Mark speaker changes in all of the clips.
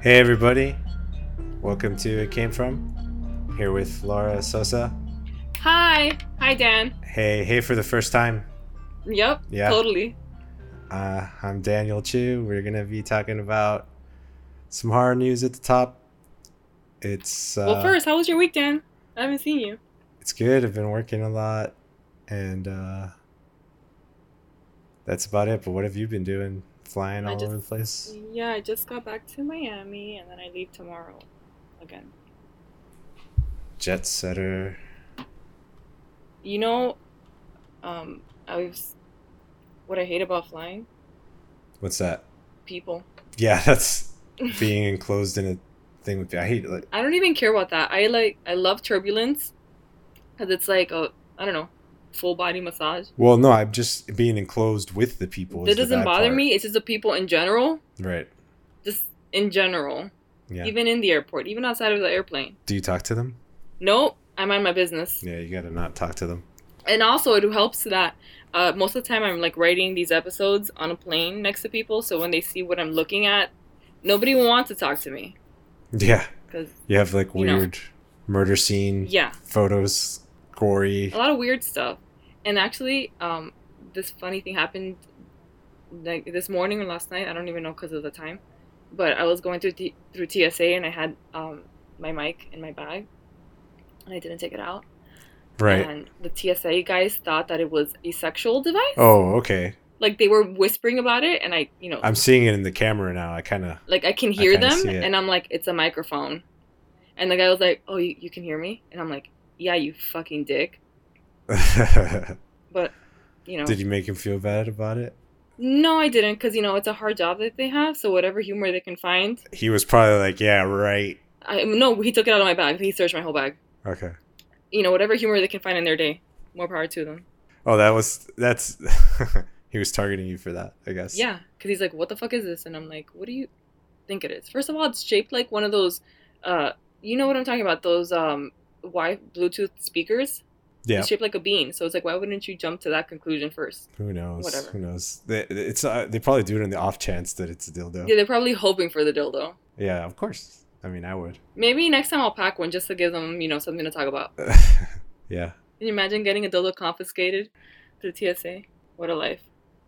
Speaker 1: Hey, everybody. Welcome to It Came From. Here with Laura Sosa.
Speaker 2: Hi. Hi, Dan.
Speaker 1: Hey, hey, for the first time.
Speaker 2: Yep.
Speaker 1: Yeah.
Speaker 2: Totally.
Speaker 1: Uh, I'm Daniel Chu. We're going to be talking about some horror news at the top. It's uh,
Speaker 2: well, first, how was your week, Dan? I haven't seen you.
Speaker 1: it's good. I've been working a lot, and uh, that's about it. But what have you been doing? Flying
Speaker 2: I
Speaker 1: all
Speaker 2: just-
Speaker 1: over the place.
Speaker 2: Yeah, I just got back to Miami, and then I leave tomorrow again.
Speaker 1: Jet setter.
Speaker 2: You know, um, I was what I hate about flying
Speaker 1: What's that?
Speaker 2: people.
Speaker 1: Yeah, that's being enclosed in a thing with. I hate like
Speaker 2: I don't even care about that. I like I love turbulence, cause it's like a I don't know full body massage.
Speaker 1: Well, no, I'm just being enclosed with the people. is
Speaker 2: That
Speaker 1: the
Speaker 2: doesn't
Speaker 1: bad
Speaker 2: bother
Speaker 1: part.
Speaker 2: me. It's just the people in general,
Speaker 1: Right.
Speaker 2: just in general,
Speaker 1: Yeah.
Speaker 2: even in the airport, even outside of the airplane.
Speaker 1: Do you talk to them?
Speaker 2: Nope, I mind my business.
Speaker 1: Yeah, you gotta not talk to them.
Speaker 2: and also it helps that uh, most of the time I'm like writing these episodes on a plane next to people, so when they see what I'm looking at, nobody will want to talk to me
Speaker 1: Yeah.
Speaker 2: because
Speaker 1: You have like
Speaker 2: You know.
Speaker 1: weird murder scene
Speaker 2: yeah,
Speaker 1: photos, gory.
Speaker 2: a lot of weird stuff. And actually, um, this funny thing happened like this morning or last night. I don't even know because of the time, but I was going through T- through TSA and I had um, my mic in my bag, and I didn't take it out.
Speaker 1: Right.
Speaker 2: And the TSA guys thought that it was a sexual device.
Speaker 1: Oh, okay.
Speaker 2: Like they were whispering about it, and I, you know,
Speaker 1: I'm seeing it in the camera now. I kind of.
Speaker 2: like I can hear
Speaker 1: kinda
Speaker 2: them,
Speaker 1: see it.
Speaker 2: and I'm like, it's a microphone. And the guy was like, oh, you, you can hear me? And I'm like, yeah, you fucking dick. But, you know,
Speaker 1: Did you make him feel bad about it?
Speaker 2: no, I didn't, because, you know, it's a hard job that they have, so whatever humor they can find.
Speaker 1: He was probably like, "Yeah, right."
Speaker 2: I No, he took it out of my bag. He searched my whole bag.
Speaker 1: Okay.
Speaker 2: You know, whatever humor they can find in their day, more power to them.
Speaker 1: Oh, that was that's. he was targeting you for that, I guess.
Speaker 2: Yeah, because he's like, what the fuck is this? And I'm like, what do you think it is? First of all, it's shaped like one of those, uh, you know what I'm talking about, those um, Wi Bluetooth speakers?
Speaker 1: Yeah.
Speaker 2: It's shaped like a bean. So it's like, why wouldn't you jump to that conclusion first?
Speaker 1: Who knows?
Speaker 2: Whatever.
Speaker 1: Who knows? They, it's uh, they probably do it on the off chance that it's a dildo.
Speaker 2: Yeah, they're probably hoping for the dildo.
Speaker 1: Yeah, of course. I mean, I would.
Speaker 2: Maybe next time I'll pack one just to give them, you know, something to talk about.
Speaker 1: yeah.
Speaker 2: Can you imagine getting a dildo confiscated to the TSA? What a life.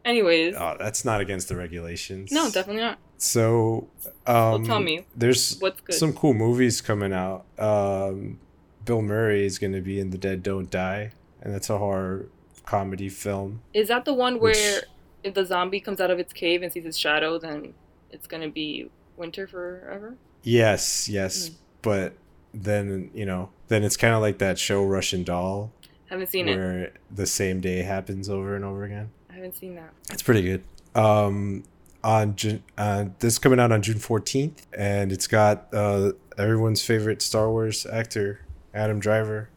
Speaker 2: Anyways,
Speaker 1: Oh, that's not against the regulations.
Speaker 2: no, definitely not.
Speaker 1: So, um,
Speaker 2: tell me.
Speaker 1: There's
Speaker 2: What's good?
Speaker 1: some cool movies coming out. Um, Bill Murray is going to be in The Dead Don't Die, and that's a horror comedy film.
Speaker 2: Is that the one
Speaker 1: Which-
Speaker 2: where if the zombie comes out of its cave and sees its shadow, then it's gonna be winter forever?
Speaker 1: Yes, yes,
Speaker 2: Mm.
Speaker 1: but then you know, then it's kind of like that show Russian Doll,
Speaker 2: Haven't seen it.
Speaker 1: where the same day happens over and over again.
Speaker 2: I haven't seen that.
Speaker 1: It's pretty good. Um, on June, uh, this is coming out on June fourteenth, and it's got uh, everyone's favorite Star Wars actor Adam Driver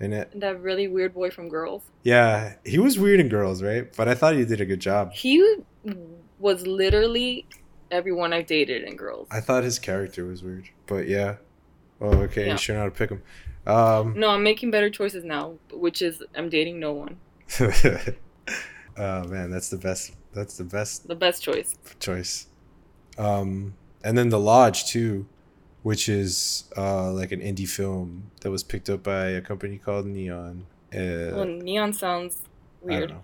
Speaker 1: in it.
Speaker 2: That really weird boy from Girls.
Speaker 1: Yeah, he was weird in Girls, right? But I thought he did a good job.
Speaker 2: He was literally everyone I've dated in Girls.
Speaker 1: I thought his character was weird, but yeah. Oh, okay.
Speaker 2: Yeah.
Speaker 1: You sure know how to pick him. Um,
Speaker 2: No, I'm making better choices now, which is I'm dating no one.
Speaker 1: oh man, that's the best. That's the best
Speaker 2: The best choice.
Speaker 1: choice. Um, and then The Lodge too, which is uh, like an indie film that was picked up by a company called Neon. Uh,
Speaker 2: well, neon sounds
Speaker 1: I don't
Speaker 2: weird,
Speaker 1: know.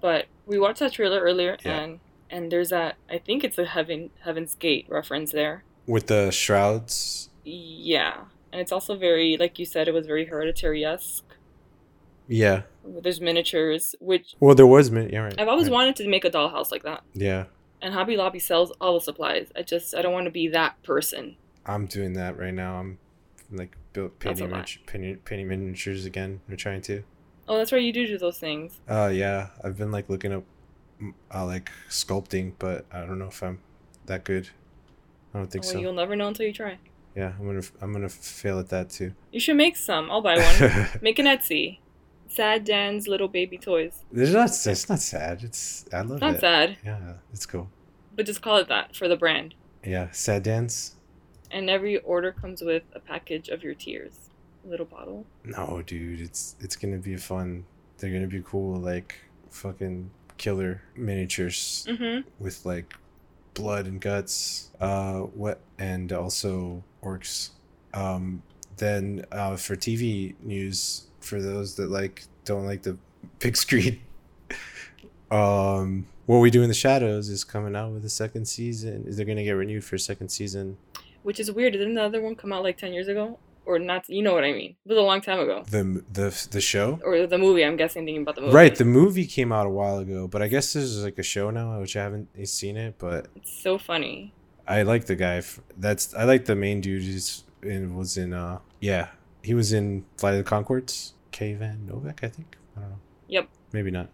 Speaker 2: but we watched that trailer earlier,
Speaker 1: Yeah.
Speaker 2: and and there's that. I think it's a heaven Heaven's Gate reference there.
Speaker 1: With the shrouds.
Speaker 2: Yeah, and it's also very like you said, it was very hereditary esque.
Speaker 1: Yeah.
Speaker 2: There's miniatures, which
Speaker 1: Well, there was min. Yeah, right.
Speaker 2: I've always
Speaker 1: right.
Speaker 2: wanted to make a dollhouse like that.
Speaker 1: Yeah,
Speaker 2: And Hobby Lobby sells all the supplies. I just I don't want to be that person.
Speaker 1: I'm doing that right now. I'm like built
Speaker 2: That's
Speaker 1: painting,
Speaker 2: a lot.
Speaker 1: miniature, painting, painting miniatures again. We're trying to.
Speaker 2: Oh, that's right, you do do those things.
Speaker 1: Uh, yeah. I've been like looking up, mm, uh, like sculpting, but I don't know if I'm that good. I don't think
Speaker 2: Well,
Speaker 1: so.
Speaker 2: Oh, you'll never know until you try.
Speaker 1: Yeah, I'm gonna f- I'm gonna fail at that too.
Speaker 2: You should make some. I'll buy one. Make an Etsy. Sad Dan's little baby toys.
Speaker 1: There's not. It's not sad. It's I love
Speaker 2: Not
Speaker 1: it.
Speaker 2: sad,
Speaker 1: Yeah, it's cool.
Speaker 2: but just call it that for the brand.
Speaker 1: Yeah, sad dance.
Speaker 2: And every order comes with a package of your tears. Little bottle.
Speaker 1: No, dude, it's it's gonna be fun. They're gonna be cool, like fucking killer miniatures
Speaker 2: Mm-hmm.
Speaker 1: with like blood and guts, uh, what and also orcs. Um, then uh, for TV news, for those that like don't like the big screen, um, what we do in the shadows is coming out with a second season. Is they're gonna get renewed for a second season?
Speaker 2: Which is weird. Didn't the other one come out like ten years ago? Or not? You know what I mean. It was a long time ago.
Speaker 1: The the the show.
Speaker 2: Or the movie. I'm guessing thinking about the movie.
Speaker 1: Right, the movie came out a while ago, but I guess this is like a show now, which I haven't eh, seen it. But
Speaker 2: It's so funny.
Speaker 1: I like the guy. f- That's I like the main dude. Who's in was in uh yeah he was in Flight of the Concords. K Van Novak, I think. I don't know.
Speaker 2: Yep.
Speaker 1: Maybe not.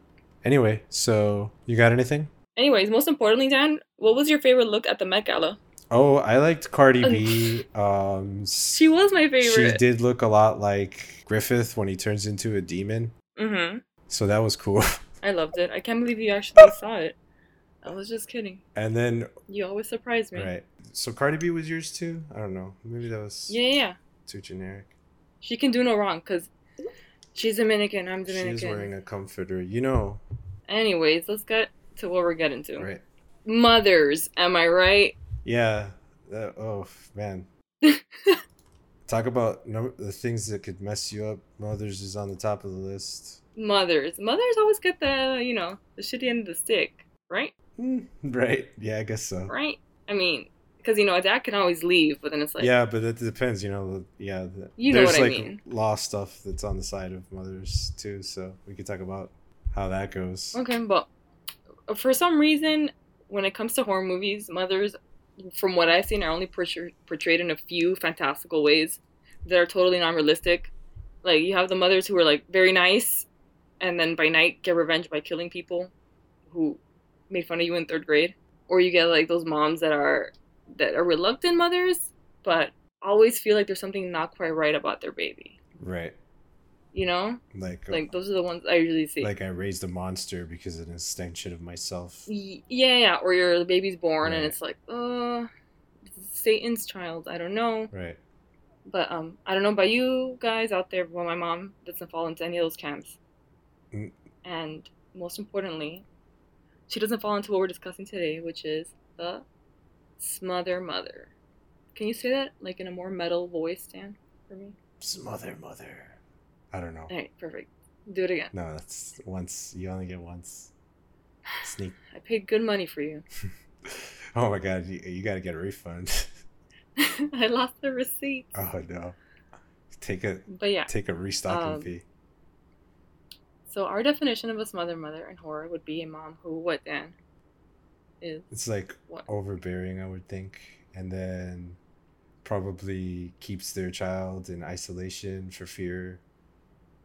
Speaker 1: Anyway, so you got anything?
Speaker 2: Anyways, most importantly, Dan, what was your favorite look at the Met Gala?
Speaker 1: Oh, I liked Cardi B. Um,
Speaker 2: She was my
Speaker 1: she
Speaker 2: favorite.
Speaker 1: did look a lot like Griffith when he turns into a demon,
Speaker 2: Mm-hmm.
Speaker 1: so that was cool.
Speaker 2: I loved it. I can't believe you actually saw it. I was just kidding.
Speaker 1: And then
Speaker 2: You always surprise me.
Speaker 1: right, so Cardi B was yours too. I don't know. Maybe that was
Speaker 2: Yeah, yeah, yeah.
Speaker 1: too generic.
Speaker 2: She can do no wrong because she's Dominican. I'm
Speaker 1: She
Speaker 2: Dominican.
Speaker 1: is wearing a comforter. You know,
Speaker 2: Anyways, let's get to what we're getting to.
Speaker 1: right?
Speaker 2: Mothers, am I right?
Speaker 1: Yeah. that- oh man. Talk about num- the things that could mess you up. Mothers is on the top of the list.
Speaker 2: Mothers. Mothers always get the, you know, the shitty end of the stick, right?
Speaker 1: Hmm, right. Yeah, I guess so.
Speaker 2: Right? I mean, because, you know, a dad can always leave, but then it's like,
Speaker 1: yeah, but it depends. You know. the- Yeah. The,
Speaker 2: You know
Speaker 1: there's
Speaker 2: what I
Speaker 1: like
Speaker 2: mean.
Speaker 1: law stuff that's on the side of mothers too. So we could talk about how that goes.
Speaker 2: Okay, but for some reason, when it comes to horror movies, mothers, from what I've seen, are only portray- portrayed in a few fantastical ways that are totally non-realistic. Like you have the mothers who are like very nice, and then by night get revenge by killing people who made fun of you in third grade, or you get like those moms that are that are reluctant mothers, but always feel like there's something not quite right about their baby.
Speaker 1: Right.
Speaker 2: You know,
Speaker 1: Like. Like.
Speaker 2: like those are the ones I usually see.
Speaker 1: I raised a monster because of an extension of myself.
Speaker 2: Y- yeah, yeah, or your baby's born and
Speaker 1: Right.
Speaker 2: it's like, uh, Satan's child. I don't know,
Speaker 1: Right.
Speaker 2: but um, I don't know about you guys out there, but my mom doesn't fall into any of those camps,
Speaker 1: Mm.
Speaker 2: and most importantly, she doesn't fall into what we're discussing today, which is the smother mother. Can you say that like in a more metal voice, Dan, for me?
Speaker 1: Smother mother. I don't know.
Speaker 2: All right, perfect. Do it again.
Speaker 1: No, that's once. You only get once. Sneak
Speaker 2: I paid good money for you.
Speaker 1: Oh my god, you, you gotta get a refund.
Speaker 2: I lost the receipt,
Speaker 1: oh no. Take a
Speaker 2: but yeah.
Speaker 1: take a restocking
Speaker 2: Um,
Speaker 1: fee.
Speaker 2: So our definition of a smother mother in horror would be a mom who what then is
Speaker 1: It's like
Speaker 2: what
Speaker 1: overbearing, I would think, and then probably keeps their child in isolation for fear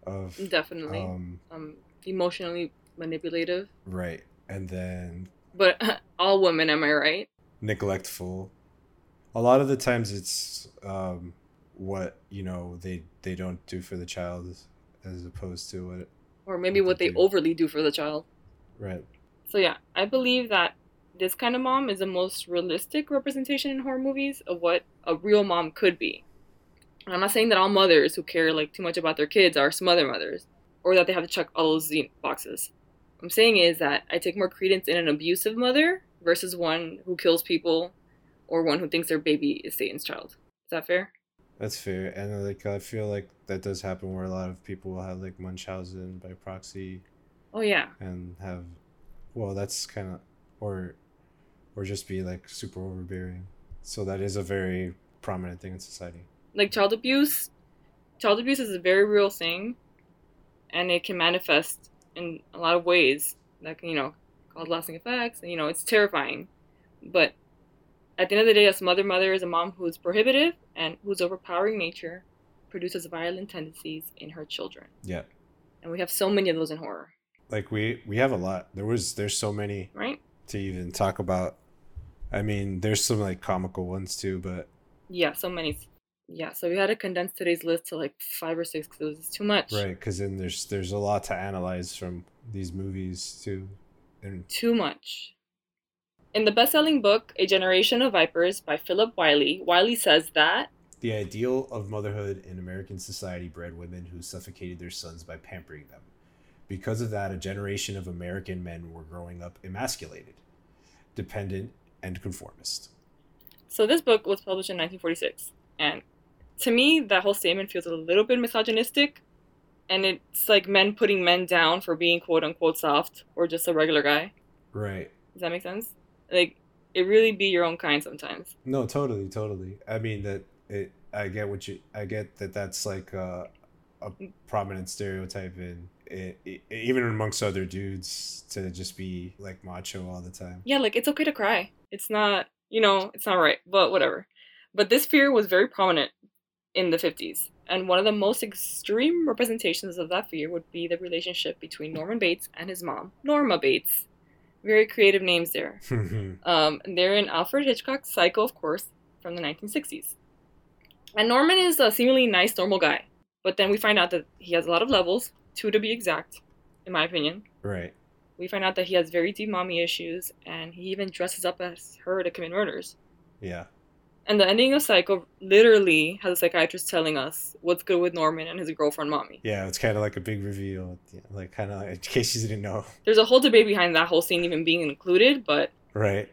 Speaker 1: of
Speaker 2: definitely um,
Speaker 1: um
Speaker 2: emotionally manipulative,
Speaker 1: right, and then
Speaker 2: but all women, am I right?
Speaker 1: neglectful. A lot of the times, it's um, what you know they they don't do for the child, as opposed to what
Speaker 2: Or maybe what they
Speaker 1: Definitely.
Speaker 2: overly do for the child.
Speaker 1: right
Speaker 2: So yeah, I believe that this kind of mom is the most realistic representation in horror movies of what a real mom could be. And I'm not saying that all mothers who care like too much about their kids are smother mothers or that they have to check all those you know, boxes. What I'm saying is that I take more credence in an abusive mother versus one who kills people or one who thinks their baby is Satan's child. Is that fair?
Speaker 1: That's fair, and uh, like I feel like that does happen where a lot of people will have like Munchausen by proxy
Speaker 2: Oh yeah.
Speaker 1: and have, well, that's kind of, or, or just be like super overbearing. So that is a very prominent thing in society.
Speaker 2: like child abuse child abuse is a very real thing and it can manifest in a lot of ways that can you know cause lasting effects and you know it's terrifying but at the end of the day a smother mother is a mom who's prohibitive and whose overpowering nature produces violent tendencies in her children
Speaker 1: Yeah,
Speaker 2: and we have so many of those in horror
Speaker 1: like we we have a lot. There was there's so many
Speaker 2: right
Speaker 1: to even talk about. I mean, there's some like comical ones too, but
Speaker 2: yeah so many yeah so we had to condense today's list to like five or six because it was just too much
Speaker 1: right because then there's there's a lot to analyze from these movies too, and
Speaker 2: too much. In the best selling book, A Generation of Vipers by Philip Wiley, Wiley says that
Speaker 1: The ideal of motherhood in American society bred women who suffocated their sons by pampering them. Because of that, a generation of American men were growing up emasculated, dependent, and conformist.
Speaker 2: So this book was published in 1946, and to me, that whole statement feels a little bit misogynistic, and it's like men putting men down for being quote unquote soft or just a regular guy.
Speaker 1: Right.
Speaker 2: Does that make sense? Like, it really be your own kind sometimes.
Speaker 1: No, totally, totally. I mean that it. I get what you. I get that that's like a, a prominent stereotype in it, it, even amongst other dudes to just be like macho all the time.
Speaker 2: Yeah, like it's okay to cry. It's not, you know, it's not right, but whatever. But this fear was very prominent in the 50s, and one of the most extreme representations of that fear would be the relationship between Norman Bates and his mom, Norma Bates. Very creative names there. um, and they're in Alfred Hitchcock's Psycho, of course, from the 1960s. And Norman is a seemingly nice, normal guy, but then we find out that he has a lot of levels, two to be exact, in my opinion.
Speaker 1: right.
Speaker 2: We find out that he has very deep mommy issues, and he even dresses up as her to commit murders.
Speaker 1: Yeah.
Speaker 2: And the ending of Psycho literally has a psychiatrist telling us what's good with Norman and his girlfriend, Mommy.
Speaker 1: Yeah. It's kind of like a big reveal. yeah, Like kind of like, in case you didn't know.
Speaker 2: There's a whole debate behind that whole scene even being included, but
Speaker 1: Right.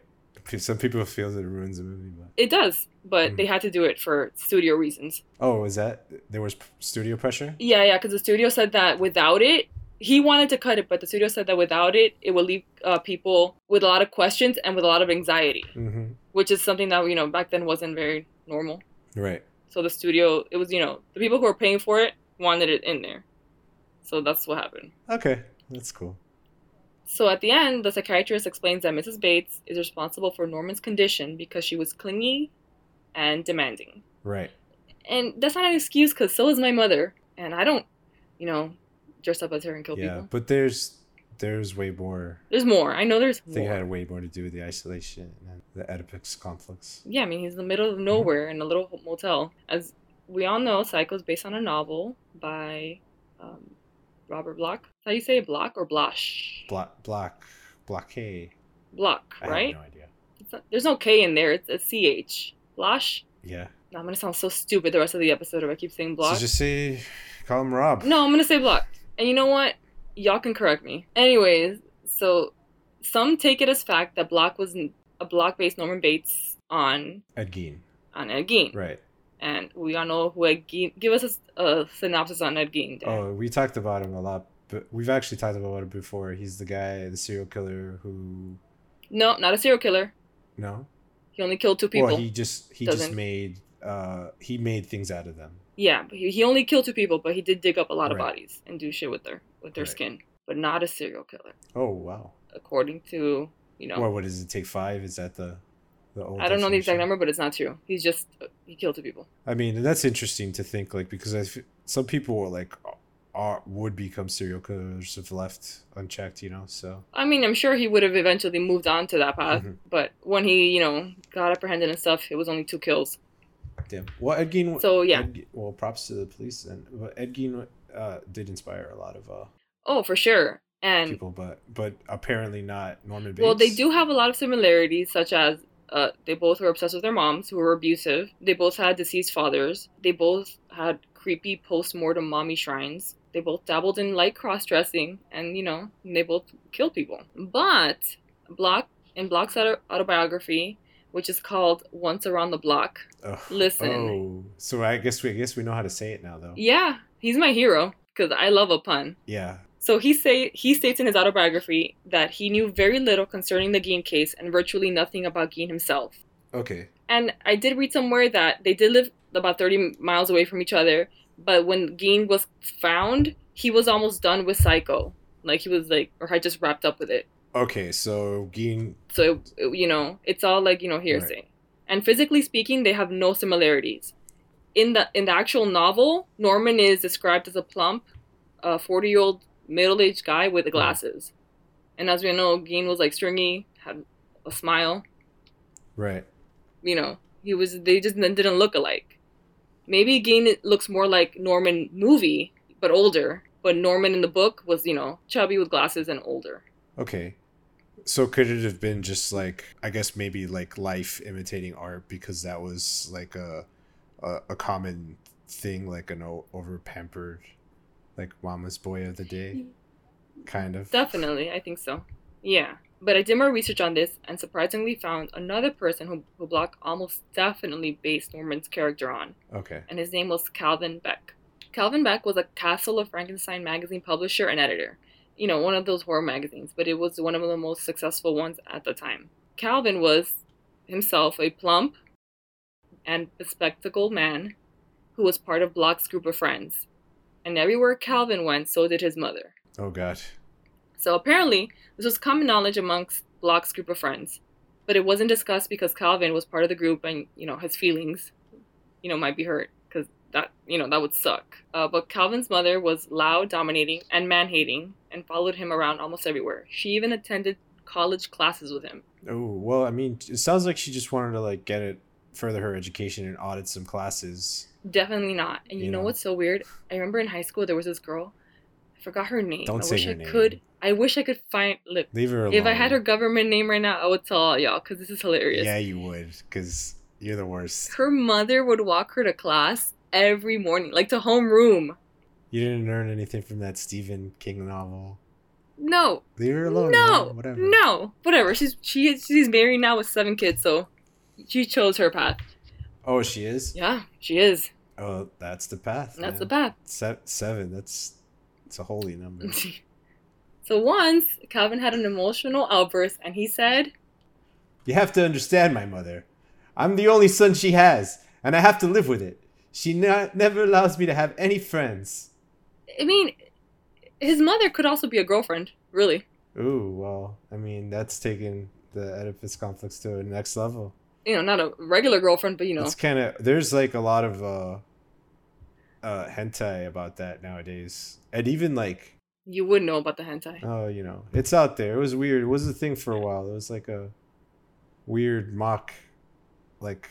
Speaker 1: Some people feel that it ruins the movie, but
Speaker 2: it does. But
Speaker 1: Mm.
Speaker 2: they had to do it for studio reasons.
Speaker 1: oh, is that there was studio pressure?
Speaker 2: Yeah, yeah, because the studio said that without it, he wanted to cut it, but the studio said that without it, it would leave uh, people with a lot of questions and with a lot of anxiety,
Speaker 1: Mm-hmm.
Speaker 2: which is something that, you know, back then wasn't very normal.
Speaker 1: Right.
Speaker 2: So the studio, it was, you know, the people who were paying for it wanted it in there. So that's what happened.
Speaker 1: Okay. That's cool.
Speaker 2: So at the end, the psychiatrist explains that Mrs. Bates is responsible for Norman's condition because she was clingy and demanding.
Speaker 1: Right.
Speaker 2: And that's not an excuse because so is my mother. And I don't, you know, dress up as her and kill
Speaker 1: yeah.
Speaker 2: people.
Speaker 1: But there's there's way more.
Speaker 2: There's more. I know there's
Speaker 1: I think it
Speaker 2: more.
Speaker 1: had way more to do with the isolation and the Oedipus complex.
Speaker 2: Yeah, I mean, he's in the middle
Speaker 1: Mm-hmm.
Speaker 2: of nowhere in a little ho- motel. As we all know, Psycho is based on a novel by um, Robert Bloch. How do you say it? Bloch or Bloch?
Speaker 1: Block block blockade.
Speaker 2: Bloch,
Speaker 1: I
Speaker 2: right?
Speaker 1: have no idea.
Speaker 2: It's not- there's no K in there. It's a CH. Bloch?
Speaker 1: Yeah.
Speaker 2: No, I'm gonna sound so stupid the rest of the episode if I keep saying block.
Speaker 1: So just say call him Rob.
Speaker 2: No, I'm gonna say block. And you know what? Y'all can correct me. Anyways, so some take it as fact that block was n- a block based Norman Bates on
Speaker 1: Ed Gein.
Speaker 2: on Ed Gein,
Speaker 1: Right.
Speaker 2: and we all know who Ed Gein. Give us a, s- a synopsis on Ed Gein. Dan.
Speaker 1: Oh, we talked about him a lot, but we've actually talked about it before. He's the guy, the serial killer who
Speaker 2: No, not a serial killer.
Speaker 1: no.
Speaker 2: He only killed two people.
Speaker 1: Well, he just he just
Speaker 2: Doesn't-
Speaker 1: made uh he made things out of them.
Speaker 2: Yeah, but he, he only killed two people, but he did dig up a lot of
Speaker 1: Right.
Speaker 2: bodies and do shit with their with their
Speaker 1: Right.
Speaker 2: skin, but not a serial killer,
Speaker 1: Oh wow.
Speaker 2: according to you know.
Speaker 1: Well, what does it take five? Is that the the old?
Speaker 2: I don't know the exact
Speaker 1: definition?
Speaker 2: number, but it's not true. He's just uh, he killed two people.
Speaker 1: I mean, and that's interesting to think like because I f- some people were like uh, are would become serial killers if left unchecked, you know. So
Speaker 2: I mean, I'm sure he would have eventually moved on to that path,
Speaker 1: Mhm.
Speaker 2: but when he, you know, got apprehended and stuff, it was only two kills.
Speaker 1: damn. Well, Ed Gein.
Speaker 2: So yeah.
Speaker 1: Ed Ge- well, props to the police and but Ed Gein uh, did inspire a lot of uh,
Speaker 2: Oh, for sure. And
Speaker 1: people, but but apparently not Norman Bates.
Speaker 2: well, they do have a lot of similarities, such as uh, they both were obsessed with their moms, who were abusive. They both had deceased fathers. They both had creepy post-mortem mommy shrines. They both dabbled in light cross-dressing, and you know, they both killed people. But Block in Block's auto- autobiography, which is called "Once Around the Block,"
Speaker 1: Oh,
Speaker 2: Listen.
Speaker 1: Oh, so I guess we I guess we know how to say it now though.
Speaker 2: Yeah, he's my hero because I love a pun.
Speaker 1: Yeah.
Speaker 2: So he say he states in his autobiography that he knew very little concerning the Geen case and virtually nothing about Geen himself.
Speaker 1: Okay.
Speaker 2: And I did read somewhere that they did live about 30 miles away from each other, but when Geen was found, he was almost done with Psycho. Like he was like, or had just wrapped up with it.
Speaker 1: Okay. So Gein.
Speaker 2: So, it, it- you know, it's all like, you know, hearsay. And physically speaking, they have no similarities. In the in the actual novel, Norman is described as a plump, uh, 40-year-old middle-aged guy with the glasses. And as we know, Gein was like stringy, had a smile,
Speaker 1: Right.
Speaker 2: you know. He was they just didn't look alike. Maybe Gein looks more like Norman movie, but older. But Norman in the book was, you know, chubby with glasses and older.
Speaker 1: Okay. So could it have been just like I guess maybe like life imitating art because that was like a a, a common thing like an over pampered like mama's boy of the day kind of
Speaker 2: Definitely, I think so. Yeah. But I did more research on this and surprisingly found another person who, who Block almost definitely based Norman's character on,
Speaker 1: Okay.
Speaker 2: and his name was Calvin Beck. Calvin Beck was a Castle of Frankenstein magazine publisher and editor. You know, one of those horror magazines, but it was one of the most successful ones at the time. Calvin was himself a plump and bespectacled man who was part of Block's group of friends. And everywhere Calvin went, so did his mother.
Speaker 1: Oh god.
Speaker 2: So apparently, this was common knowledge amongst Block's group of friends, but it wasn't discussed because Calvin was part of the group, and you know his feelings, you know, might be hurt because that you know that would suck. Uh, but Calvin's mother was loud, dominating, and man-hating, and followed him around almost everywhere. She even attended college classes with him.
Speaker 1: Oh well, I mean, it sounds like she just wanted to like get it further her education and audit some classes.
Speaker 2: Definitely not. And you
Speaker 1: You
Speaker 2: know
Speaker 1: know.
Speaker 2: what's so weird? I remember in high school there was this girl. I forgot her name.
Speaker 1: Don't
Speaker 2: I
Speaker 1: say
Speaker 2: wish
Speaker 1: her
Speaker 2: I
Speaker 1: name.
Speaker 2: could. I wish I could find. Look,
Speaker 1: Leave her alone.
Speaker 2: if I had her government name right now, I would tell all y'all because this is hilarious.
Speaker 1: yeah, you would, because you're the worst.
Speaker 2: her mother would walk her to class every morning, like to homeroom.
Speaker 1: You didn't learn anything from that Stephen King novel.
Speaker 2: No,
Speaker 1: Leave her alone.
Speaker 2: no,
Speaker 1: man, Whatever.
Speaker 2: no, whatever. She's she is- she's married now with seven kids, so she chose her path.
Speaker 1: Oh, she is.
Speaker 2: Yeah, she is.
Speaker 1: Oh, that's the path.
Speaker 2: That's the
Speaker 1: man.
Speaker 2: path.
Speaker 1: Se- seven. That's it's a holy number.
Speaker 2: so once Calvin had an emotional outburst, and he said,
Speaker 1: You have to understand my mother. I'm the only son she has, and I have to live with it. She ne- never allows me to have any friends.
Speaker 2: "I mean, his mother could also be a girlfriend, really."
Speaker 1: Ooh, well, I mean, that's taking the Oedipus complex to a next level.
Speaker 2: You know, not a regular girlfriend, but you know,
Speaker 1: It's kind of there's like a lot of uh, uh, hentai about that nowadays, and even like
Speaker 2: you would know about the hentai.
Speaker 1: oh, you know, it's out there. It was weird. It was a thing for a while. It was like a weird mock, like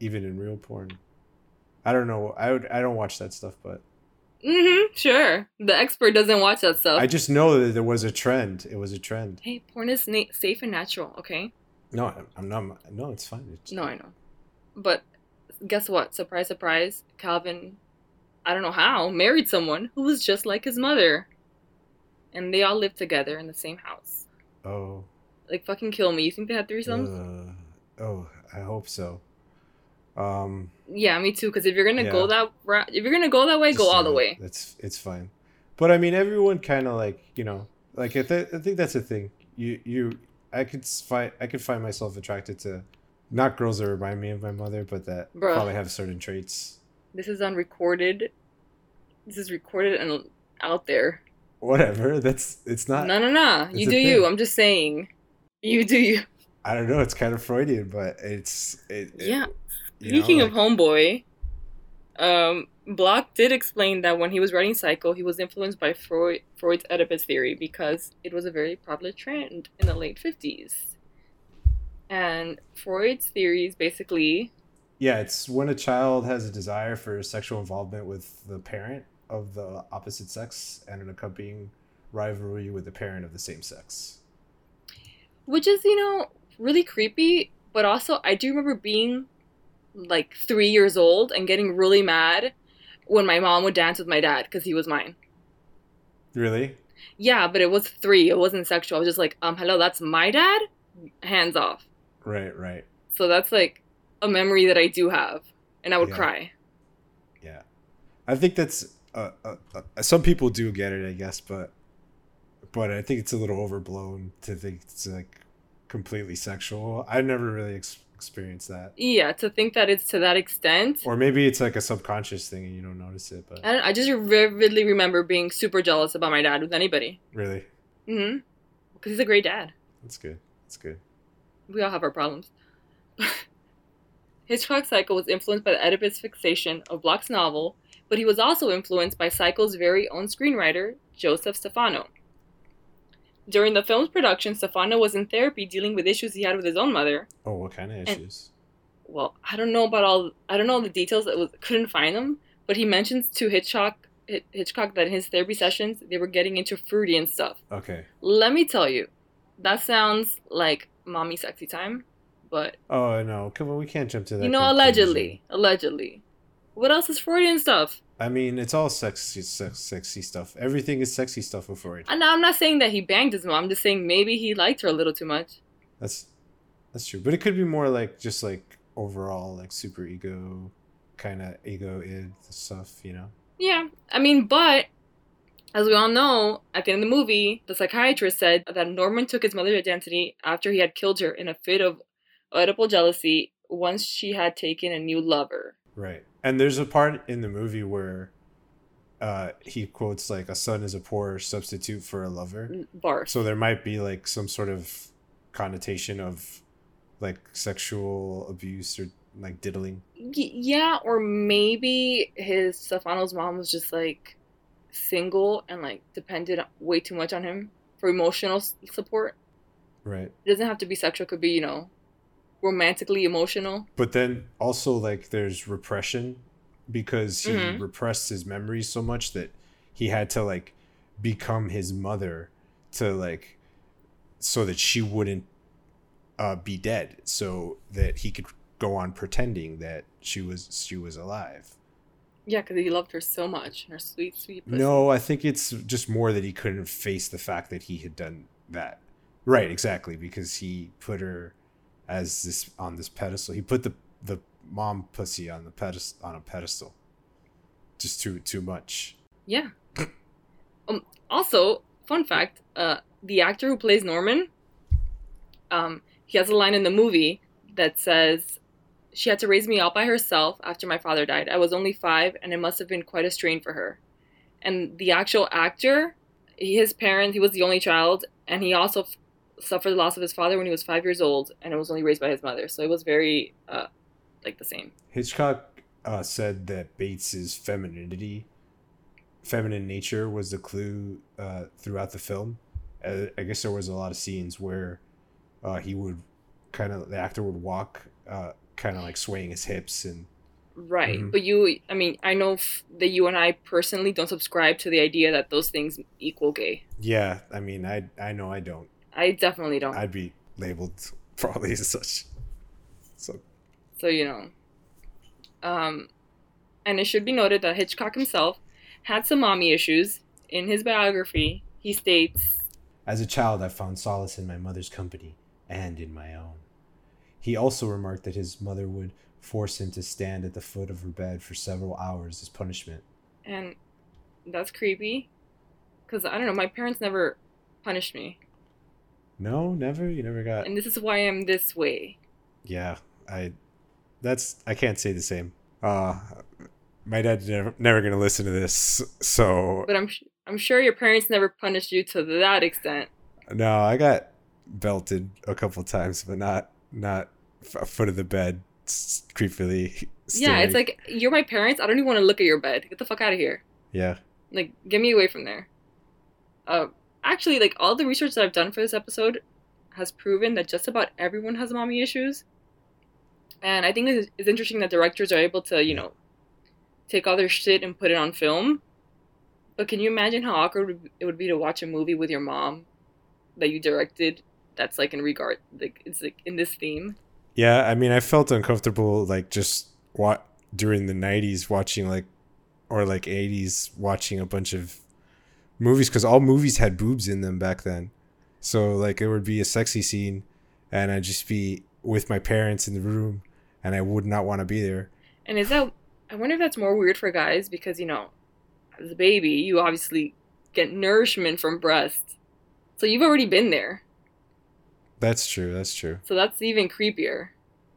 Speaker 1: even in real porn. I don't know. I would. I don't watch that stuff, but
Speaker 2: Mm-hmm. Sure, the expert doesn't watch that stuff.
Speaker 1: I just know that there was a trend. It was a trend.
Speaker 2: Hey, porn is na- safe and natural, okay?
Speaker 1: No, I'm- I'm not. No, it's fine. It's,
Speaker 2: No, I know. But guess what? Surprise, surprise. Calvin, I don't know how, married someone who was just like his mother. And they all lived together in the same house.
Speaker 1: Oh.
Speaker 2: Like, fucking kill me. You think they had threesomes?
Speaker 1: Uh, oh, I hope so. Um,
Speaker 2: yeah, me too. Because if you're gonna go
Speaker 1: Yeah.
Speaker 2: that route, if you're gonna go that way,
Speaker 1: just,
Speaker 2: go all
Speaker 1: uh,
Speaker 2: the way.
Speaker 1: It's it's fine, but I mean, everyone kind of like you know, like I, th- I think that's a thing. You you, I could s- find I could find myself attracted to, not girls that remind me of my mother, but that
Speaker 2: Bruh.
Speaker 1: probably have certain traits.
Speaker 2: This is unrecorded. This is recorded and out there.
Speaker 1: Whatever. That's it's not.
Speaker 2: no, no, no. You
Speaker 1: a
Speaker 2: do you.
Speaker 1: thing.
Speaker 2: I'm just saying. You do you.
Speaker 1: I don't know. It's kind of Freudian, but it's it. it- you know,
Speaker 2: Yeah. Speaking of
Speaker 1: like-
Speaker 2: Homeboy, um, Block did explain that when he was writing Psycho, he was influenced by Freud, Freud's Oedipus theory because it was a very popular trend in the late 50s. And Freud's theories basically,
Speaker 1: Yeah, it's when a child has a desire for sexual involvement with the parent of the opposite sex and an accompanying rivalry with the parent of the same sex.
Speaker 2: which is, you know, really creepy, but also I do remember being like three years old and getting really mad when my mom would dance with my dad because he was mine.
Speaker 1: Really?
Speaker 2: Yeah, but it was three. It wasn't sexual. I was just like, um, hello, that's my dad? Hands off.
Speaker 1: Right, right.
Speaker 2: So that's like a memory that I do have, and I would
Speaker 1: Yeah.
Speaker 2: cry.
Speaker 1: Yeah. I think that's uh, uh, uh, some people do get it, I guess, but but I think it's a little overblown to think it's like completely sexual. I never really ex- experienced that.
Speaker 2: Yeah, to think that it's to that extent.
Speaker 1: Or maybe it's like a subconscious thing and you don't notice it, but
Speaker 2: I, don't, I just vividly remember being super jealous about my dad with anybody.
Speaker 1: really,
Speaker 2: Mm-hmm. Because he's a great dad.
Speaker 1: that's good. That's good.
Speaker 2: We all have our problems. Hitchcock's Psycho was influenced by the Oedipus fixation of Bloch's novel, but he was also influenced by Psycho's very own screenwriter, Joseph Stefano. During the film's production, Stefano was in therapy dealing with issues he had with his own mother,
Speaker 1: Oh, what kind of issues?
Speaker 2: well, I don't know about all. I don't know all the details. I was, couldn't find them, but he mentions to Hitchcock Hi- Hitchcock that in his therapy sessions they were getting into fruity and stuff.
Speaker 1: okay.
Speaker 2: Let me tell you, that sounds like mommy sexy time, but
Speaker 1: Oh no! Come on, we can't jump to that.
Speaker 2: you know,
Speaker 1: conclusion.
Speaker 2: allegedly, allegedly. What else is Freudian stuff?
Speaker 1: I mean, it's all sexy, sex, sexy stuff. Everything is sexy stuff with Freud.
Speaker 2: And I'm not saying that he banged his mom. I'm just saying maybe he liked her a little too much.
Speaker 1: That's that's true, but it could be more like just like overall like super ego, kind of ego id stuff, you know.
Speaker 2: Yeah, I mean, but as we all know, at the end of the movie, the psychiatrist said that Norman took his mother's identity after he had killed her in a fit of Oedipal jealousy once she had taken a new lover.
Speaker 1: Right, and there's a part in the movie where. Uh, he quotes like a son is a poor substitute for a lover.
Speaker 2: Barf.
Speaker 1: So there might be like some sort of connotation of like sexual abuse or like diddling.
Speaker 2: Y- yeah, or maybe his Stefano's mom was just like single and like depended way too much on him for emotional s- support.
Speaker 1: Right.
Speaker 2: It doesn't have to be sexual; it could be you know romantically emotional.
Speaker 1: But then also like there's repression because he
Speaker 2: Mhm.
Speaker 1: repressed his memories so much that he had to like become his mother to like so that she wouldn't uh, be dead so that he could go on pretending that she was she was alive.
Speaker 2: Yeah, because he loved her so much, and her sweet, sweet. pussy.
Speaker 1: No, I think it's just more that he couldn't face the fact that he had done that. Right, exactly, because he put her as this on this pedestal. He put the the mom pussy on the pedestal on a pedestal. Just too too much.
Speaker 2: Yeah. um, also, fun fact: uh, the actor who plays Norman, um, he has a line in the movie that says, "She had to raise me all by herself after my father died. I was only five, and it must have been quite a strain for her." And the actual actor, his parents, he was the only child, and he also f- suffered the loss of his father when he was five years old, and it was only raised by his mother. So it was very, uh, like the same.
Speaker 1: Hitchcock uh, said that Bates's femininity, feminine nature, was the clue uh, throughout the film. Uh, I guess there was a lot of scenes where uh, he would kind of the actor would walk, uh, kind of like swaying his hips, and
Speaker 2: Right.
Speaker 1: Mhm.
Speaker 2: But you, I mean, I know f- that you and I personally don't subscribe to the idea that those things equal gay.
Speaker 1: yeah, I mean, I I know I don't.
Speaker 2: I definitely don't.
Speaker 1: I'd be labeled probably as such. So
Speaker 2: so, you know. Um, and it should be noted that Hitchcock himself had some mommy issues. In his biography, he states,
Speaker 1: As a child, I found solace in my mother's company and in my own. He also remarked that his mother would force him to stand at the foot of her bed for several hours as punishment.
Speaker 2: and that's creepy. Because, I don't know, my parents never punished me.
Speaker 1: No, never. You never got.
Speaker 2: And this is why I'm this way.
Speaker 1: Yeah, I. That's I can't say the same. Uh, my dad's never never gonna listen to this. So
Speaker 2: But I'm, sh- I'm sure your parents never punished you to that extent.
Speaker 1: no, I got belted a couple times, but not not f- foot of the bed s- creepily.
Speaker 2: Yeah, it's
Speaker 1: staring.
Speaker 2: like you're my parents. I don't even want to look at your bed. Get the fuck out of here.
Speaker 1: yeah.
Speaker 2: Like, get me away from there. Uh, actually, like all the research that I've done for this episode has proven that just about everyone has mommy issues, and I think it's, it's interesting that directors are able to, you know, take all their shit and put it on film. But can you imagine how awkward it would be to watch a movie with your mom that you directed? That's like in regard, like it's like in this theme.
Speaker 1: Yeah, I mean, I felt uncomfortable like just what during the '90s watching like, or like '80s watching a bunch of movies because all movies had boobs in them back then. So like, it would be a sexy scene, and I'd just be with my parents in the room, and I would not want to be there.
Speaker 2: And is that I wonder if that's more weird for guys because you know, as a baby, you obviously get nourishment from breasts. So you've already been there.
Speaker 1: That's true. That's true.
Speaker 2: So that's even creepier.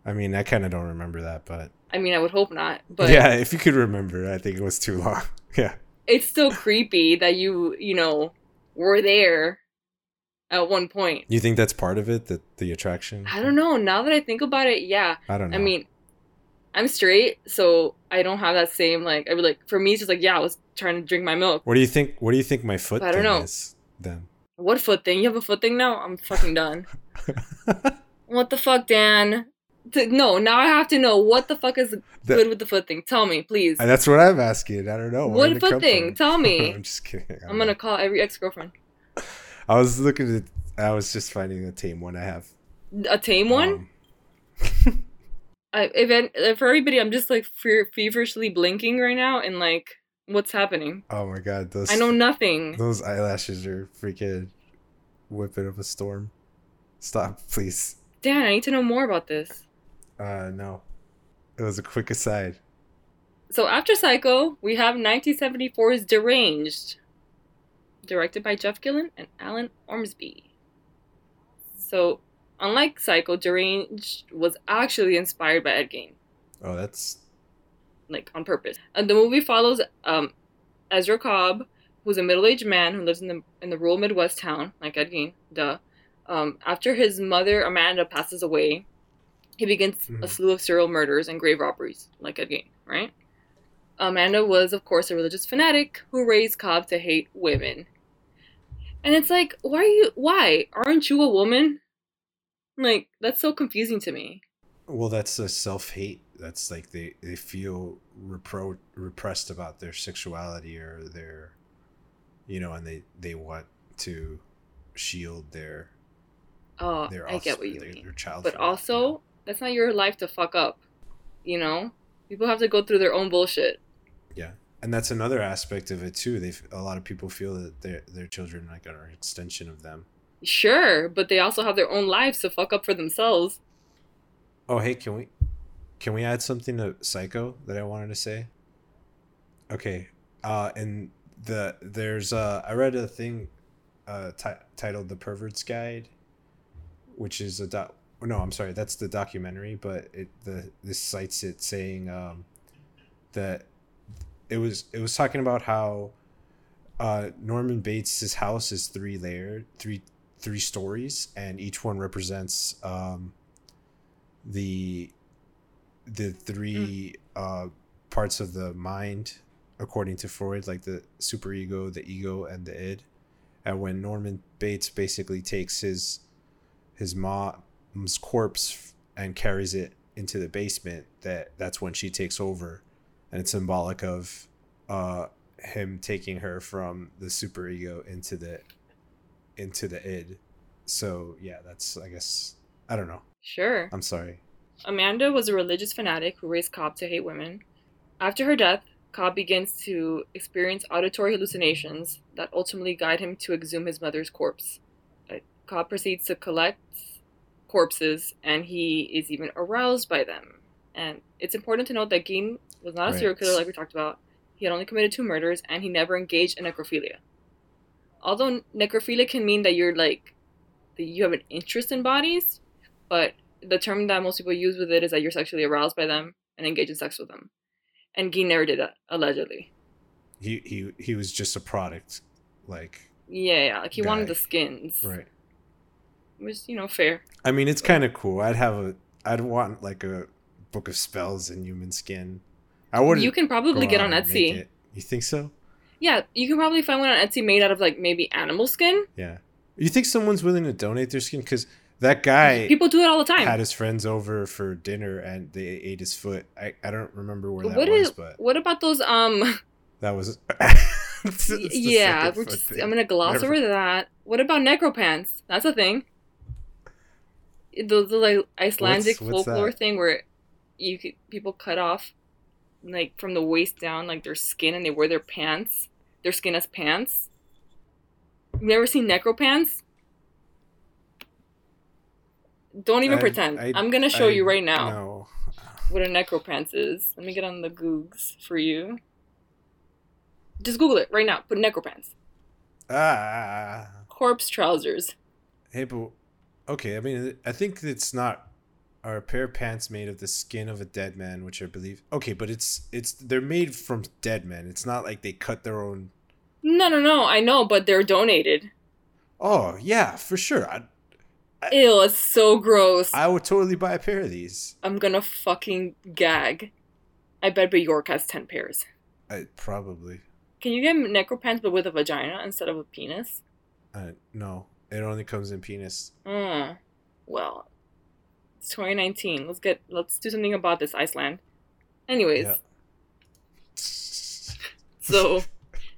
Speaker 1: I mean, I kind of don't remember that, but,
Speaker 2: I mean, I would hope not, but
Speaker 1: yeah, if you could remember, I think it was too long. yeah,
Speaker 2: it's still creepy that you, you know, were there at one point.
Speaker 1: you think that's part of it that the attraction?
Speaker 2: I don't know. Now that I think about it, yeah.
Speaker 1: I don't know.
Speaker 2: I mean, I'm straight, so I don't have that same like I would like for me it's just like, yeah, I was trying to drink my milk.
Speaker 1: what do you think? What do you think my foot
Speaker 2: I don't
Speaker 1: thing
Speaker 2: know.
Speaker 1: is then?
Speaker 2: What foot thing? You have a foot thing now? I'm fucking done. What the fuck, Dan? T- no, now I have to know what the fuck is
Speaker 1: The-
Speaker 2: good with the foot thing. Tell me, please.
Speaker 1: Uh, That's what I'm asking. I don't know. Where did
Speaker 2: What
Speaker 1: it
Speaker 2: foot
Speaker 1: come
Speaker 2: thing?
Speaker 1: from?
Speaker 2: Tell me.
Speaker 1: I'm just kidding. I
Speaker 2: I'm
Speaker 1: don't
Speaker 2: gonna
Speaker 1: know.
Speaker 2: call every ex girlfriend.
Speaker 1: I was looking at. I was just finding a tame one I have.
Speaker 2: A tame one?
Speaker 1: Um,
Speaker 2: I, if it, for everybody, I'm just like fe- feverishly blinking right now, and like, what's happening?
Speaker 1: Oh my god, those
Speaker 2: I know nothing.
Speaker 1: those eyelashes are freaking whipping up a storm. Stop, please.
Speaker 2: Dan, I need to know more about this.
Speaker 1: Uh, no. It was a quick aside.
Speaker 2: So after Psycho, we have 1974's Deranged, directed by Jeff Gillen and Alan Ormsby. So, unlike Psycho, Deranged was actually inspired by Ed Gein,
Speaker 1: Oh, that's
Speaker 2: like on purpose. And the movie follows um, Ezra Cobb, who's a middle-aged man who lives in the in the rural Midwest town, like Ed Gein, duh. Um, after his mother Amanda passes away, he begins
Speaker 1: Mhm.
Speaker 2: a slew of serial murders and grave robberies, like Ed Gein, right? Amanda was, of course, a religious fanatic who raised Cobb to hate women. And it's like, why are you? Why aren't you a woman? Like that's so confusing to me.
Speaker 1: well, that's a self hate. That's like they they feel repro- repressed about their sexuality or their, you know, and they they want to shield their
Speaker 2: Oh,
Speaker 1: their
Speaker 2: I get what
Speaker 1: offspring,
Speaker 2: you
Speaker 1: their,
Speaker 2: mean.
Speaker 1: their child.
Speaker 2: But
Speaker 1: from that, you
Speaker 2: also,
Speaker 1: know?
Speaker 2: that's not your life to fuck up. You know, people have to go through their own bullshit.
Speaker 1: and that's another aspect of it too. They f- a lot of people feel that their their children like are an extension of them.
Speaker 2: Sure, but they also have their own lives to fuck up for themselves.
Speaker 1: Oh, hey, can we can we add something to Psycho that I wanted to say? Okay. Uh and the there's uh I read a thing uh ti- titled The Pervert's Guide, which is a doc oh, no, I'm sorry, that's the documentary, but it the this cites it saying um that it was it was talking about how uh Norman Bates' house is three layered, three three stories and each one represents um the the three uh, parts of the mind according to freud like the superego the ego and the id and when norman bates basically takes his his mom's corpse and carries it into the basement that that's when she takes over and it's symbolic of uh him taking her from the superego into the into the id so yeah that's i guess i don't know
Speaker 2: Sure.
Speaker 1: i'm sorry
Speaker 2: Amanda was a religious fanatic who raised Cobb to hate women. After her death, Cobb begins to experience auditory hallucinations that ultimately guide him to exhume his mother's corpse. Uh, Cobb proceeds to collect corpses and he is even aroused by them. And it's important to note that Gein was not a
Speaker 1: Right.
Speaker 2: serial killer like we talked about. He had only committed two murders and he never engaged in necrophilia. Although necrophilia can mean that you're like, that you have an interest in bodies, but the term that most people use with it is that you're sexually aroused by them and engage in sex with them. And Guy never did that, uh, allegedly.
Speaker 1: he he he was just a product like
Speaker 2: Yeah, yeah. Like he wanted the
Speaker 1: Guy.
Speaker 2: skins.
Speaker 1: right
Speaker 2: Which, you know, fair.
Speaker 1: i mean it's kind of cool i'd have a i'd want like a book of spells in human skin i would
Speaker 2: you can probably get on Etsy.
Speaker 1: you think so
Speaker 2: Yeah, you can probably find one on Etsy made out of like maybe animal skin.
Speaker 1: yeah you think someone's willing to donate their skin because that guy
Speaker 2: people do it all the time.
Speaker 1: had his friends over for dinner and they ate his foot i, I don't remember where that
Speaker 2: What
Speaker 1: was
Speaker 2: is-
Speaker 1: but
Speaker 2: what about those um
Speaker 1: that was It's the
Speaker 2: yeah,
Speaker 1: second
Speaker 2: we're
Speaker 1: foot
Speaker 2: just,
Speaker 1: thing.
Speaker 2: I'm going to gloss
Speaker 1: Never-
Speaker 2: over that. What about necropants? That's a thing. The, the like Icelandic
Speaker 1: what's
Speaker 2: folklore
Speaker 1: that?
Speaker 2: thing where you could, people cut off like from the waist down like their skin and they wear their pants, their skin as pants. You've never seen necropants? Don't even
Speaker 1: I-
Speaker 2: pretend.
Speaker 1: I-
Speaker 2: I, am gonna show
Speaker 1: I-
Speaker 2: you right now
Speaker 1: no
Speaker 2: what a necropants is. Let me get on the googs for you. Just Google it right now. Put necropants
Speaker 1: ah
Speaker 2: corpse trousers.
Speaker 1: Hey, but okay. I mean, I think it's not. Are a pair of pants made of the skin of a dead man, which I believe. Okay, but it's it's they're made from dead men. It's not like they cut their own.
Speaker 2: No, no, no. I know, but they're donated.
Speaker 1: Oh yeah, for sure. I
Speaker 2: Ew, it's so gross. I-
Speaker 1: I would totally buy a pair of these.
Speaker 2: am gonna fucking gag. I bet Bjork has ten pairs.
Speaker 1: I probably.
Speaker 2: Can you get necropants but with a vagina instead of a penis?
Speaker 1: Uh, no, it only comes in penis.
Speaker 2: Mm. Well, it's 2019. Let's get let's do something about this Iceland. Anyways,
Speaker 1: Yeah.
Speaker 2: so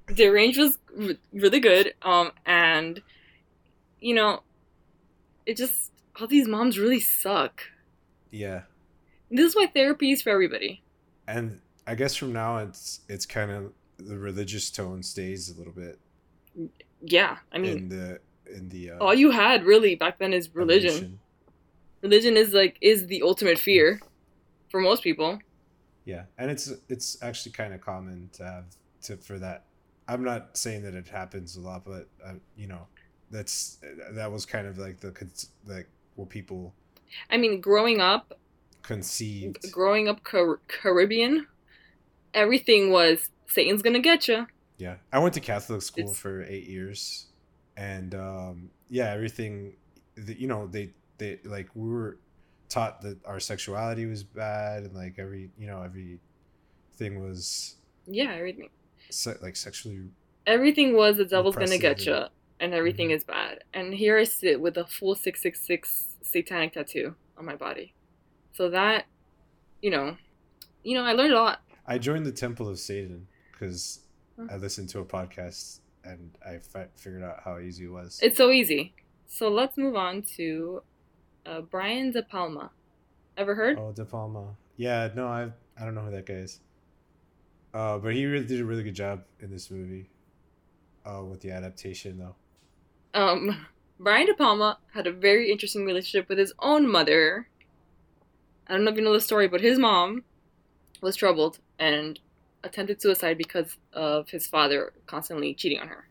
Speaker 2: the range was r- really good. Um, and you know, it just all these moms really suck.
Speaker 1: Yeah.
Speaker 2: This is why therapy is for everybody.
Speaker 1: And I guess from now it's it's kind of the religious tone stays a little bit
Speaker 2: Yeah, I mean,
Speaker 1: in the in the uh,
Speaker 2: all you had really back then is religion.
Speaker 1: evolution.
Speaker 2: Religion is like is the ultimate fear for most people.
Speaker 1: Yeah, and it's it's actually kind of common to have to for that. I'm not saying that it happens a lot, but uh, you know, that's that was kind of like the cons- like what people
Speaker 2: I mean, growing up,
Speaker 1: conceived.
Speaker 2: growing up Car- Caribbean, everything was Satan's gonna get you.
Speaker 1: Yeah, I went to Catholic school
Speaker 2: It's-
Speaker 1: for eight years, and um, yeah, everything. The, you know, they they like we were taught that our sexuality was bad, and like every you know everything was
Speaker 2: Yeah, everything.
Speaker 1: se- like sexually.
Speaker 2: Everything was the devil's gonna
Speaker 1: Repressive
Speaker 2: get you, and everything
Speaker 1: Mhm.
Speaker 2: is bad. And here I sit with a full six six six satanic tattoo on my body. So that, you know, you know, I learned a lot.
Speaker 1: I joined the Temple of Satan because
Speaker 2: Huh.
Speaker 1: I listened to a podcast and I fi- figured out how easy it was.
Speaker 2: It's so easy. So let's move on to uh, Brian De Palma. Ever heard?
Speaker 1: Oh, De Palma. Yeah, no, I I don't know who that guy is. Uh, but he really did a really good job in this movie. Uh, with the adaptation though.
Speaker 2: Um, Brian De Palma had a very interesting relationship with his own mother. I don't know if you know the story, but his mom was troubled and attempted suicide because of his father constantly cheating on her.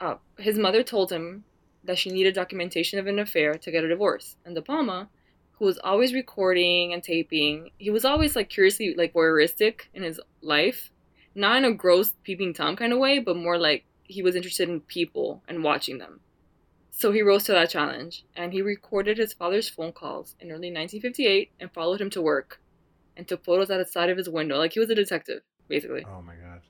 Speaker 2: Uh, his mother told him that she needed documentation of an affair to get a divorce, and De Palma, who was always recording and taping, he was always like curiously like voyeuristic in his life, not in a gross peeping tom kind of way, but more like he was interested in people and watching them. So he rose to that challenge, and he recorded his father's phone calls in early 1958 and followed him to work and took photos outside of his window. Like he was a detective, basically.
Speaker 1: Oh my god.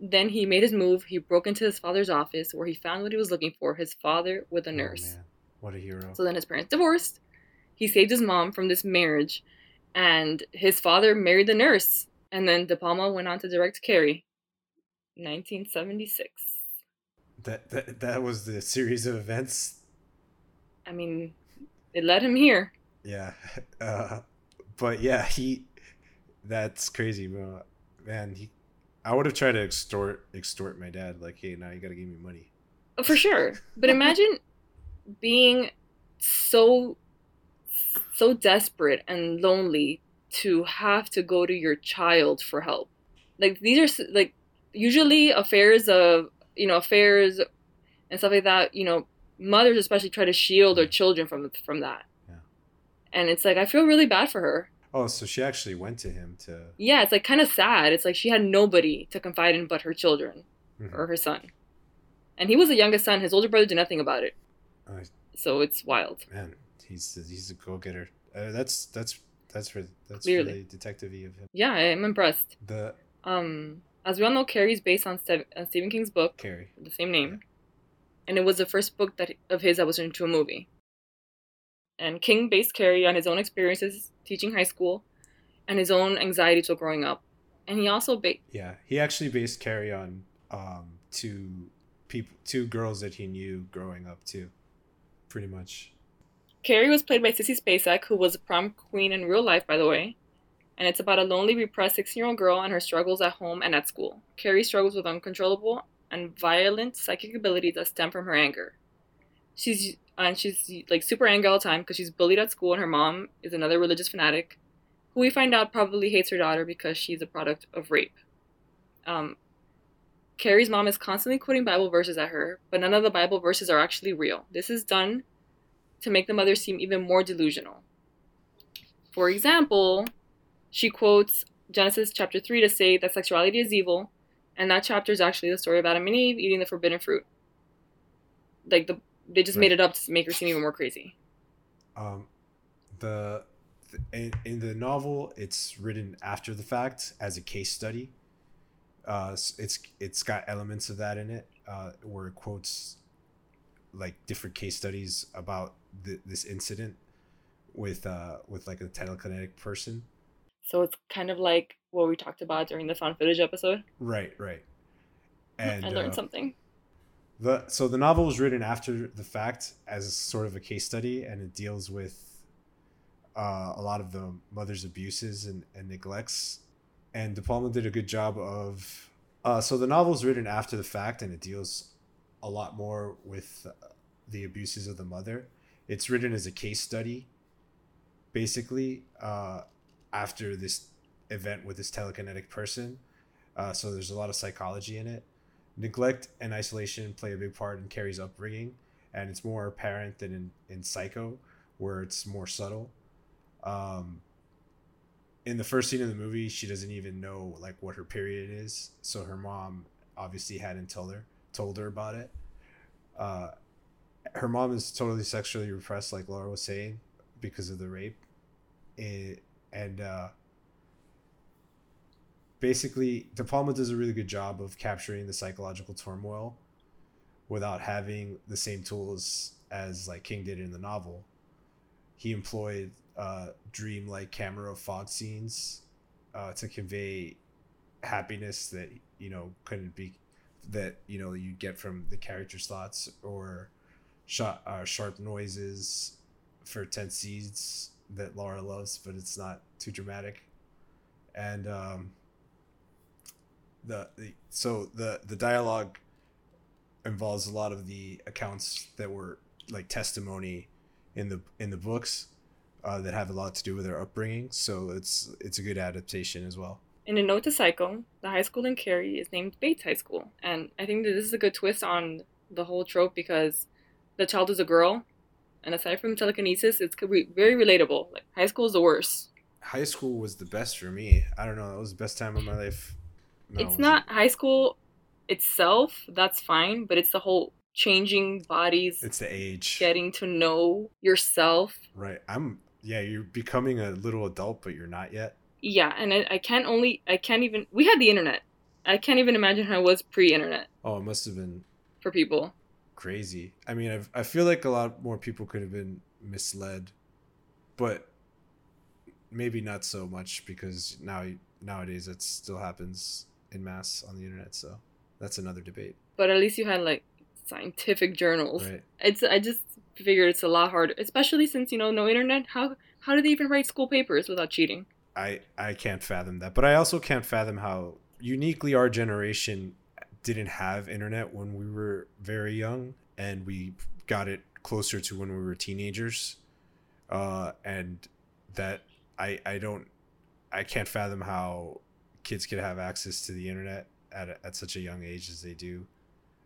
Speaker 2: Then he made his move. He broke into his father's office where he found what he was looking for his father with a
Speaker 1: Oh,
Speaker 2: nurse.
Speaker 1: man. What a hero.
Speaker 2: so then his parents divorced. He saved his mom from this marriage, and his father married the nurse. And then De Palma went on to direct Carrie, 1976.
Speaker 1: that, that that was the series of events.
Speaker 2: I mean, it led him here.
Speaker 1: Yeah. Uh, but yeah, he that's crazy, bro. Man, he I would have tried to extort extort my dad like, "Hey, now you got to give me money."
Speaker 2: For sure. But imagine being so so desperate and lonely to have to go to your child for help. Like these are s- like usually affairs of, you know, affairs and stuff like that, you know, mothers especially try to shield their children from from that.
Speaker 1: Yeah.
Speaker 2: And it's like I feel really bad for her.
Speaker 1: Oh, so she actually went to him to
Speaker 2: Yeah, it's like kind of sad. It's like she had nobody to confide in but her children or her son. And he was the youngest son. His older brother did nothing about it.
Speaker 1: I-
Speaker 2: So it's wild.
Speaker 1: Man, he's he's a go getter. Uh, that's that's that's really that's
Speaker 2: Clearly.
Speaker 1: really detective y of him.
Speaker 2: Yeah, I am impressed.
Speaker 1: The
Speaker 2: Um, as we all know, Carrie's based on, Stev- on Stephen King's book,
Speaker 1: Carrie.
Speaker 2: the same name, and it was the first book that of his that was turned into a movie. And King based Carrie on his own experiences teaching high school, and his own anxiety to growing up, and he also ba-
Speaker 1: Yeah, he actually based Carrie on um two people, two girls that he knew growing up too, pretty much.
Speaker 2: Carrie was played by Sissy Spacek, who was a prom queen in real life, by the way. And it's about a lonely, repressed 16 year old girl and her struggles at home and at school. Carrie struggles with uncontrollable and violent psychic abilities that stem from her anger. She's and she's like super angry all the time because she's bullied at school, and her mom is another religious fanatic, who we find out probably hates her daughter because she's a product of rape. Um, Carrie's mom is constantly quoting Bible verses at her, but none of the Bible verses are actually real. This is done to make the mother seem even more delusional. For example, she quotes Genesis chapter 3 to say that sexuality is evil, and that chapter is actually the story of Adam and Eve eating the forbidden fruit. Like the they just made
Speaker 1: Right.
Speaker 2: it up to make her seem even more crazy.
Speaker 1: Um, the th- in, in the novel, it's written after the fact as a case study. Uh, s- it's it's got elements of that in it, uh, where it quotes like different case studies about th- this incident with uh with like a telekinetic person.
Speaker 2: So it's kind of like what we talked about during the found footage episode.
Speaker 1: Right, right. And
Speaker 2: I learned
Speaker 1: uh,
Speaker 2: something.
Speaker 1: The so the novel was written after the fact as sort of a case study, and it deals with uh, a lot of the mother's abuses and, and neglects. And De Palma did a good job of. Uh, so the novel is written after the fact and it deals a lot more with uh, the abuses of the mother. It's written as a case study, basically, uh, after this event with this telekinetic person. Uh, so there's a lot of psychology in it. Neglect and isolation play a big part in Carrie's upbringing, and it's more apparent than in, in Psycho, where it's more subtle. Um, in the first scene of the movie, she doesn't even know like what her period is, so her mom obviously hadn't told her told her about it. Uh, her mom is totally sexually repressed, like Laura was saying, because of the rape. It, and uh, basically, De Palma does a really good job of capturing the psychological turmoil without having the same tools as like King did in the novel. He employed uh, dream-like camera fog scenes uh, to convey happiness that you know couldn't be that you know you get from the character slots or shot uh, sharp noises for tense seeds that Laura loves, but it's not too dramatic. And um, the, the so the the dialogue involves a lot of the accounts that were like testimony in the in the books uh, that have a lot to do with their upbringing. So it's it's a good adaptation as well.
Speaker 2: In a note to Psycho, the high school in Cary is named Bates High School, and I think that this is a good twist on the whole trope because the child is a girl, and aside from telekinesis, it's very relatable. Like high school is the worst.
Speaker 1: High school was the best for me. I don't know. That was the best time of my life.
Speaker 2: No, it's it not high school itself. That's fine, but it's the whole changing bodies.
Speaker 1: It's the age.
Speaker 2: Getting to know yourself.
Speaker 1: Right. I'm. Yeah, you're becoming a little adult, but you're not yet
Speaker 2: yeah and I, I can't only i can't even we had the internet i can't even imagine how it was pre-internet
Speaker 1: oh it must have been
Speaker 2: for people
Speaker 1: crazy i mean I've, i feel like a lot more people could have been misled but maybe not so much because now nowadays it still happens in mass on the internet so that's another debate
Speaker 2: but at least you had like scientific journals right. it's i just figured it's a lot harder especially since you know no internet how how do they even write school papers without cheating
Speaker 1: I I can't fathom that. But I also can't fathom how uniquely our generation didn't have internet when we were very young, and we got it closer to when we were teenagers. Uh, and that I I don't I can't fathom how kids could have access to the internet at a, at such a young age as they do.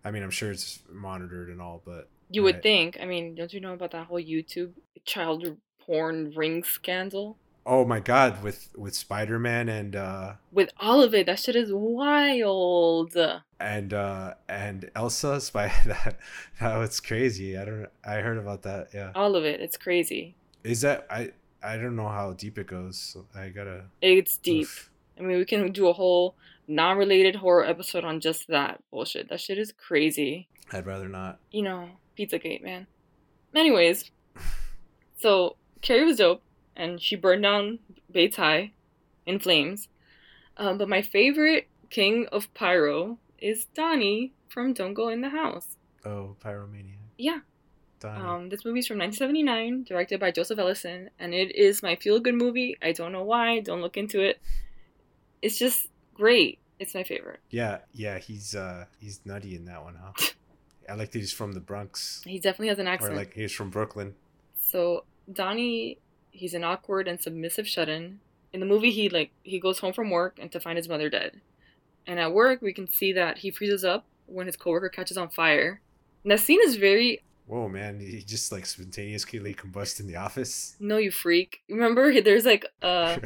Speaker 1: I mean, I'm sure it's monitored and all, but
Speaker 2: you would I, think. I mean, don't you know about that whole YouTube child porn ring scandal?
Speaker 1: oh my god with with spider-man and uh
Speaker 2: with all of it that shit is wild
Speaker 1: and uh and elsa spy that that was crazy i don't i heard about that yeah
Speaker 2: all of it it's crazy
Speaker 1: is that i i don't know how deep it goes so i gotta
Speaker 2: it's deep oof. i mean we can do a whole non-related horror episode on just that bullshit that shit is crazy
Speaker 1: i'd rather not
Speaker 2: you know pizzagate man anyways so carrie was dope and she burned down Bates High in flames. Um, but my favorite king of pyro is Donnie from Don't Go in the House.
Speaker 1: Oh, Pyromania.
Speaker 2: Yeah. Donnie. Um, this movie's from 1979, directed by Joseph Ellison, and it is my feel good movie. I don't know why. Don't look into it. It's just great. It's my favorite.
Speaker 1: Yeah, yeah, he's uh he's nutty in that one, huh? I like that he's from the Bronx.
Speaker 2: He definitely has an accent.
Speaker 1: Or like he's from Brooklyn.
Speaker 2: So Donnie he's an awkward and submissive shut-in. In the movie, he like he goes home from work and to find his mother dead. And at work, we can see that he freezes up when his coworker catches on fire. And that scene is very.
Speaker 1: Whoa, man! He just like spontaneously combusts in the office. Oh,
Speaker 2: No, you freak! Remember, there's like uh,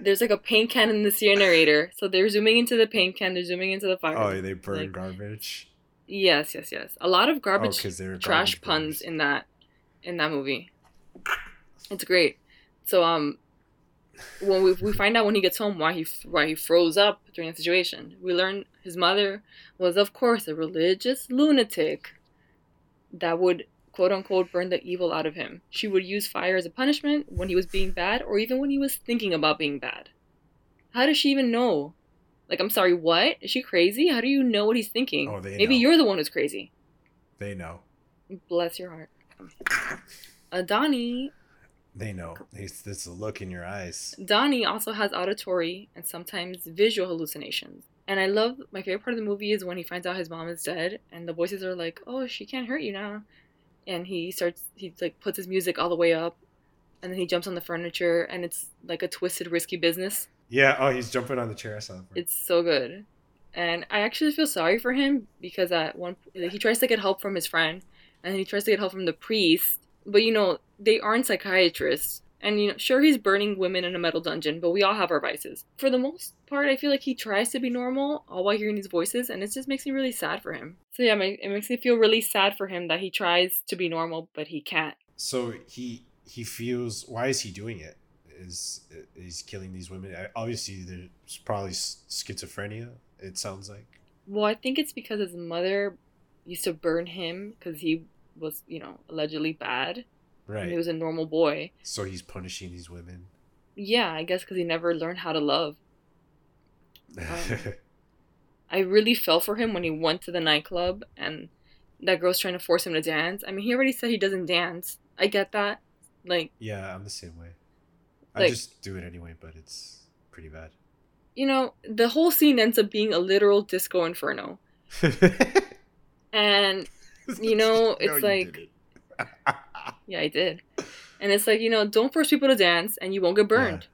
Speaker 2: there's like a paint can in the incinerator. So they're zooming into the paint can. They're zooming into the fire.
Speaker 1: Oh, they burn like, garbage.
Speaker 2: Yes, yes, yes. A lot of garbage, oh, garbage trash puns burns. in that in that movie. It's great. So um, when we, we find out when he gets home why he why he froze up during the situation, we learn his mother was of course a religious lunatic that would quote unquote burn the evil out of him. She would use fire as a punishment when he was being bad or even when he was thinking about being bad. How does she even know? Like I'm sorry, what? Is she crazy? How do you know what he's thinking?
Speaker 1: Oh, they
Speaker 2: Maybe
Speaker 1: know.
Speaker 2: you're the one who's crazy.
Speaker 1: They know.
Speaker 2: Uh, Bless your heart. Adani
Speaker 1: They know. It's, it's the look in your eyes.
Speaker 2: Donnie also has auditory and sometimes visual hallucinations. And I love my favorite part of the movie is when he finds out his mom is dead and the voices are like, "Oh, she can't hurt you now," and he starts he like puts his music all the way up, and then he jumps on the furniture and it's like a twisted, risky business.
Speaker 1: Yeah. Oh, he's jumping on the chair. I saw that part.
Speaker 2: It's so good, and I actually feel sorry for him because at one like, he tries to get help from his friend, and then he tries to get help from the priest, but you know they aren't psychiatrists. And you know, sure he's burning women in a metal dungeon, but we all have our vices. For the most part, I feel like he tries to be normal all while hearing these voices, and it just makes me really sad for him. So yeah, my- it makes me feel really sad for him that he tries to be normal but he can't.
Speaker 1: So he he feels. Why is he doing it? Is he's killing these women? I- Obviously, there's probably s- schizophrenia. It sounds like.
Speaker 2: Well, I think it's because his mother used to burn him because he was, you know, allegedly bad. And he
Speaker 1: Right.
Speaker 2: was a normal boy.
Speaker 1: So he's punishing these women.
Speaker 2: Yeah, I guess because he never learned how to love. Um,
Speaker 1: yeah.
Speaker 2: I really fell for him when he went to the nightclub and that girl's trying to force him to dance. I mean, he already said he doesn't dance. I get that. Like,
Speaker 1: I'm the same way. I
Speaker 2: Like-
Speaker 1: just do it anyway, but it's pretty bad.
Speaker 2: you know, the whole scene ends up being a literal disco inferno. And You know, it's like-
Speaker 1: didn't.
Speaker 2: yeah, I did. And it's like, you know, don't force people to dance and you won't get burned.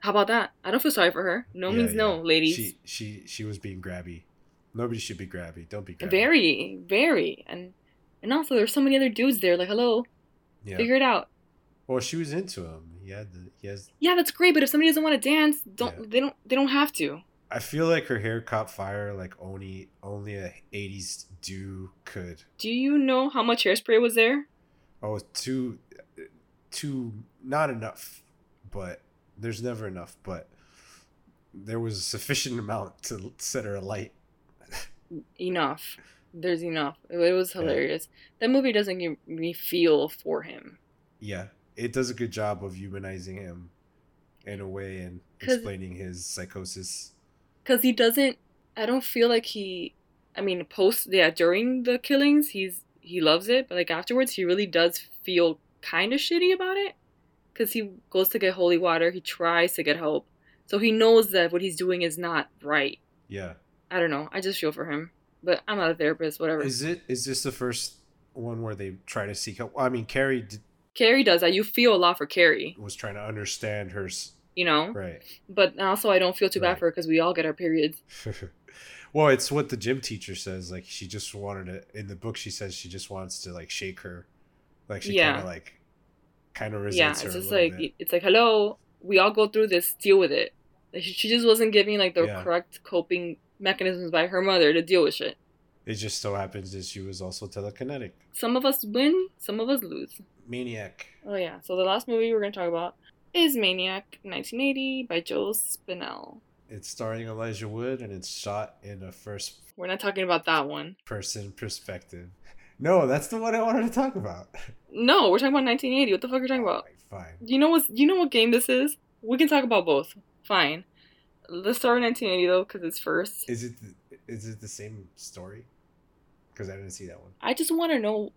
Speaker 2: How about that? I don't feel sorry for her. No
Speaker 1: Yeah,
Speaker 2: means no,
Speaker 1: yeah.
Speaker 2: ladies.
Speaker 1: She she she was being grabby. Nobody should be grabby. Don't be grabby.
Speaker 2: Very, very. And and also there's so many other dudes there, like, hello,
Speaker 1: Yeah.
Speaker 2: figure it out.
Speaker 1: Well, she was into him. He had the he has.
Speaker 2: Yeah, that's great, but if somebody doesn't want to dance, don't
Speaker 1: Yeah.
Speaker 2: they don't they don't have to.
Speaker 1: I feel like her hair caught fire like only only a '80s do could.
Speaker 2: Do you know how much hairspray was there?
Speaker 1: Oh, too too not enough, but there's never enough. But there was a sufficient amount to set her alight.
Speaker 2: Enough. There's enough. It, it was
Speaker 1: Yeah.
Speaker 2: hilarious. That movie doesn't give me feel for him.
Speaker 1: Yeah, it does a good job of humanizing him in a way and
Speaker 2: 'Cause-
Speaker 1: explaining his psychosis.
Speaker 2: because he doesn't i don't feel like he i mean post yeah during the killings he's he loves it but like afterwards he really does feel kind of shitty about it because he goes to get holy water he tries to get help so he knows that what he's doing is not right
Speaker 1: Yeah.
Speaker 2: i don't know i just feel for him but i'm not a therapist whatever
Speaker 1: Is it is this the first one where they try to seek help? I mean, Carrie d-
Speaker 2: carrie does that you feel a lot for carrie
Speaker 1: was trying to understand her. s-
Speaker 2: you know
Speaker 1: Right.
Speaker 2: but also i don't feel too bad
Speaker 1: Right.
Speaker 2: for her because we all get our periods
Speaker 1: well, it's what the gym teacher says. Like she just wanted to. In the book, she says she just wants to like shake her. Like she
Speaker 2: Yeah.
Speaker 1: kind of like kind of resents
Speaker 2: yeah
Speaker 1: her.
Speaker 2: it's
Speaker 1: a
Speaker 2: just
Speaker 1: little
Speaker 2: like
Speaker 1: bit.
Speaker 2: it's like hello we all go through this deal with it like, she- she just wasn't giving like the
Speaker 1: Yeah.
Speaker 2: correct coping mechanisms by her mother to deal with shit
Speaker 1: it just so happens that she was also telekinetic.
Speaker 2: some of us win some of us lose
Speaker 1: Maniac.
Speaker 2: oh yeah so the last movie we're gonna talk about is maniac 1980 by joe spinell
Speaker 1: It's starring Elijah Wood and it's shot in a first
Speaker 2: we're not talking about that one
Speaker 1: person perspective. No, that's the one I wanted to talk about.
Speaker 2: no we're talking about 1980 what the fuck are you talking about
Speaker 1: Fine.
Speaker 2: you know what you know what game this is we can talk about both fine let's start with 1980 though because it's first
Speaker 1: Is it the, is it the same story? Because I didn't see that one.
Speaker 2: I just want to know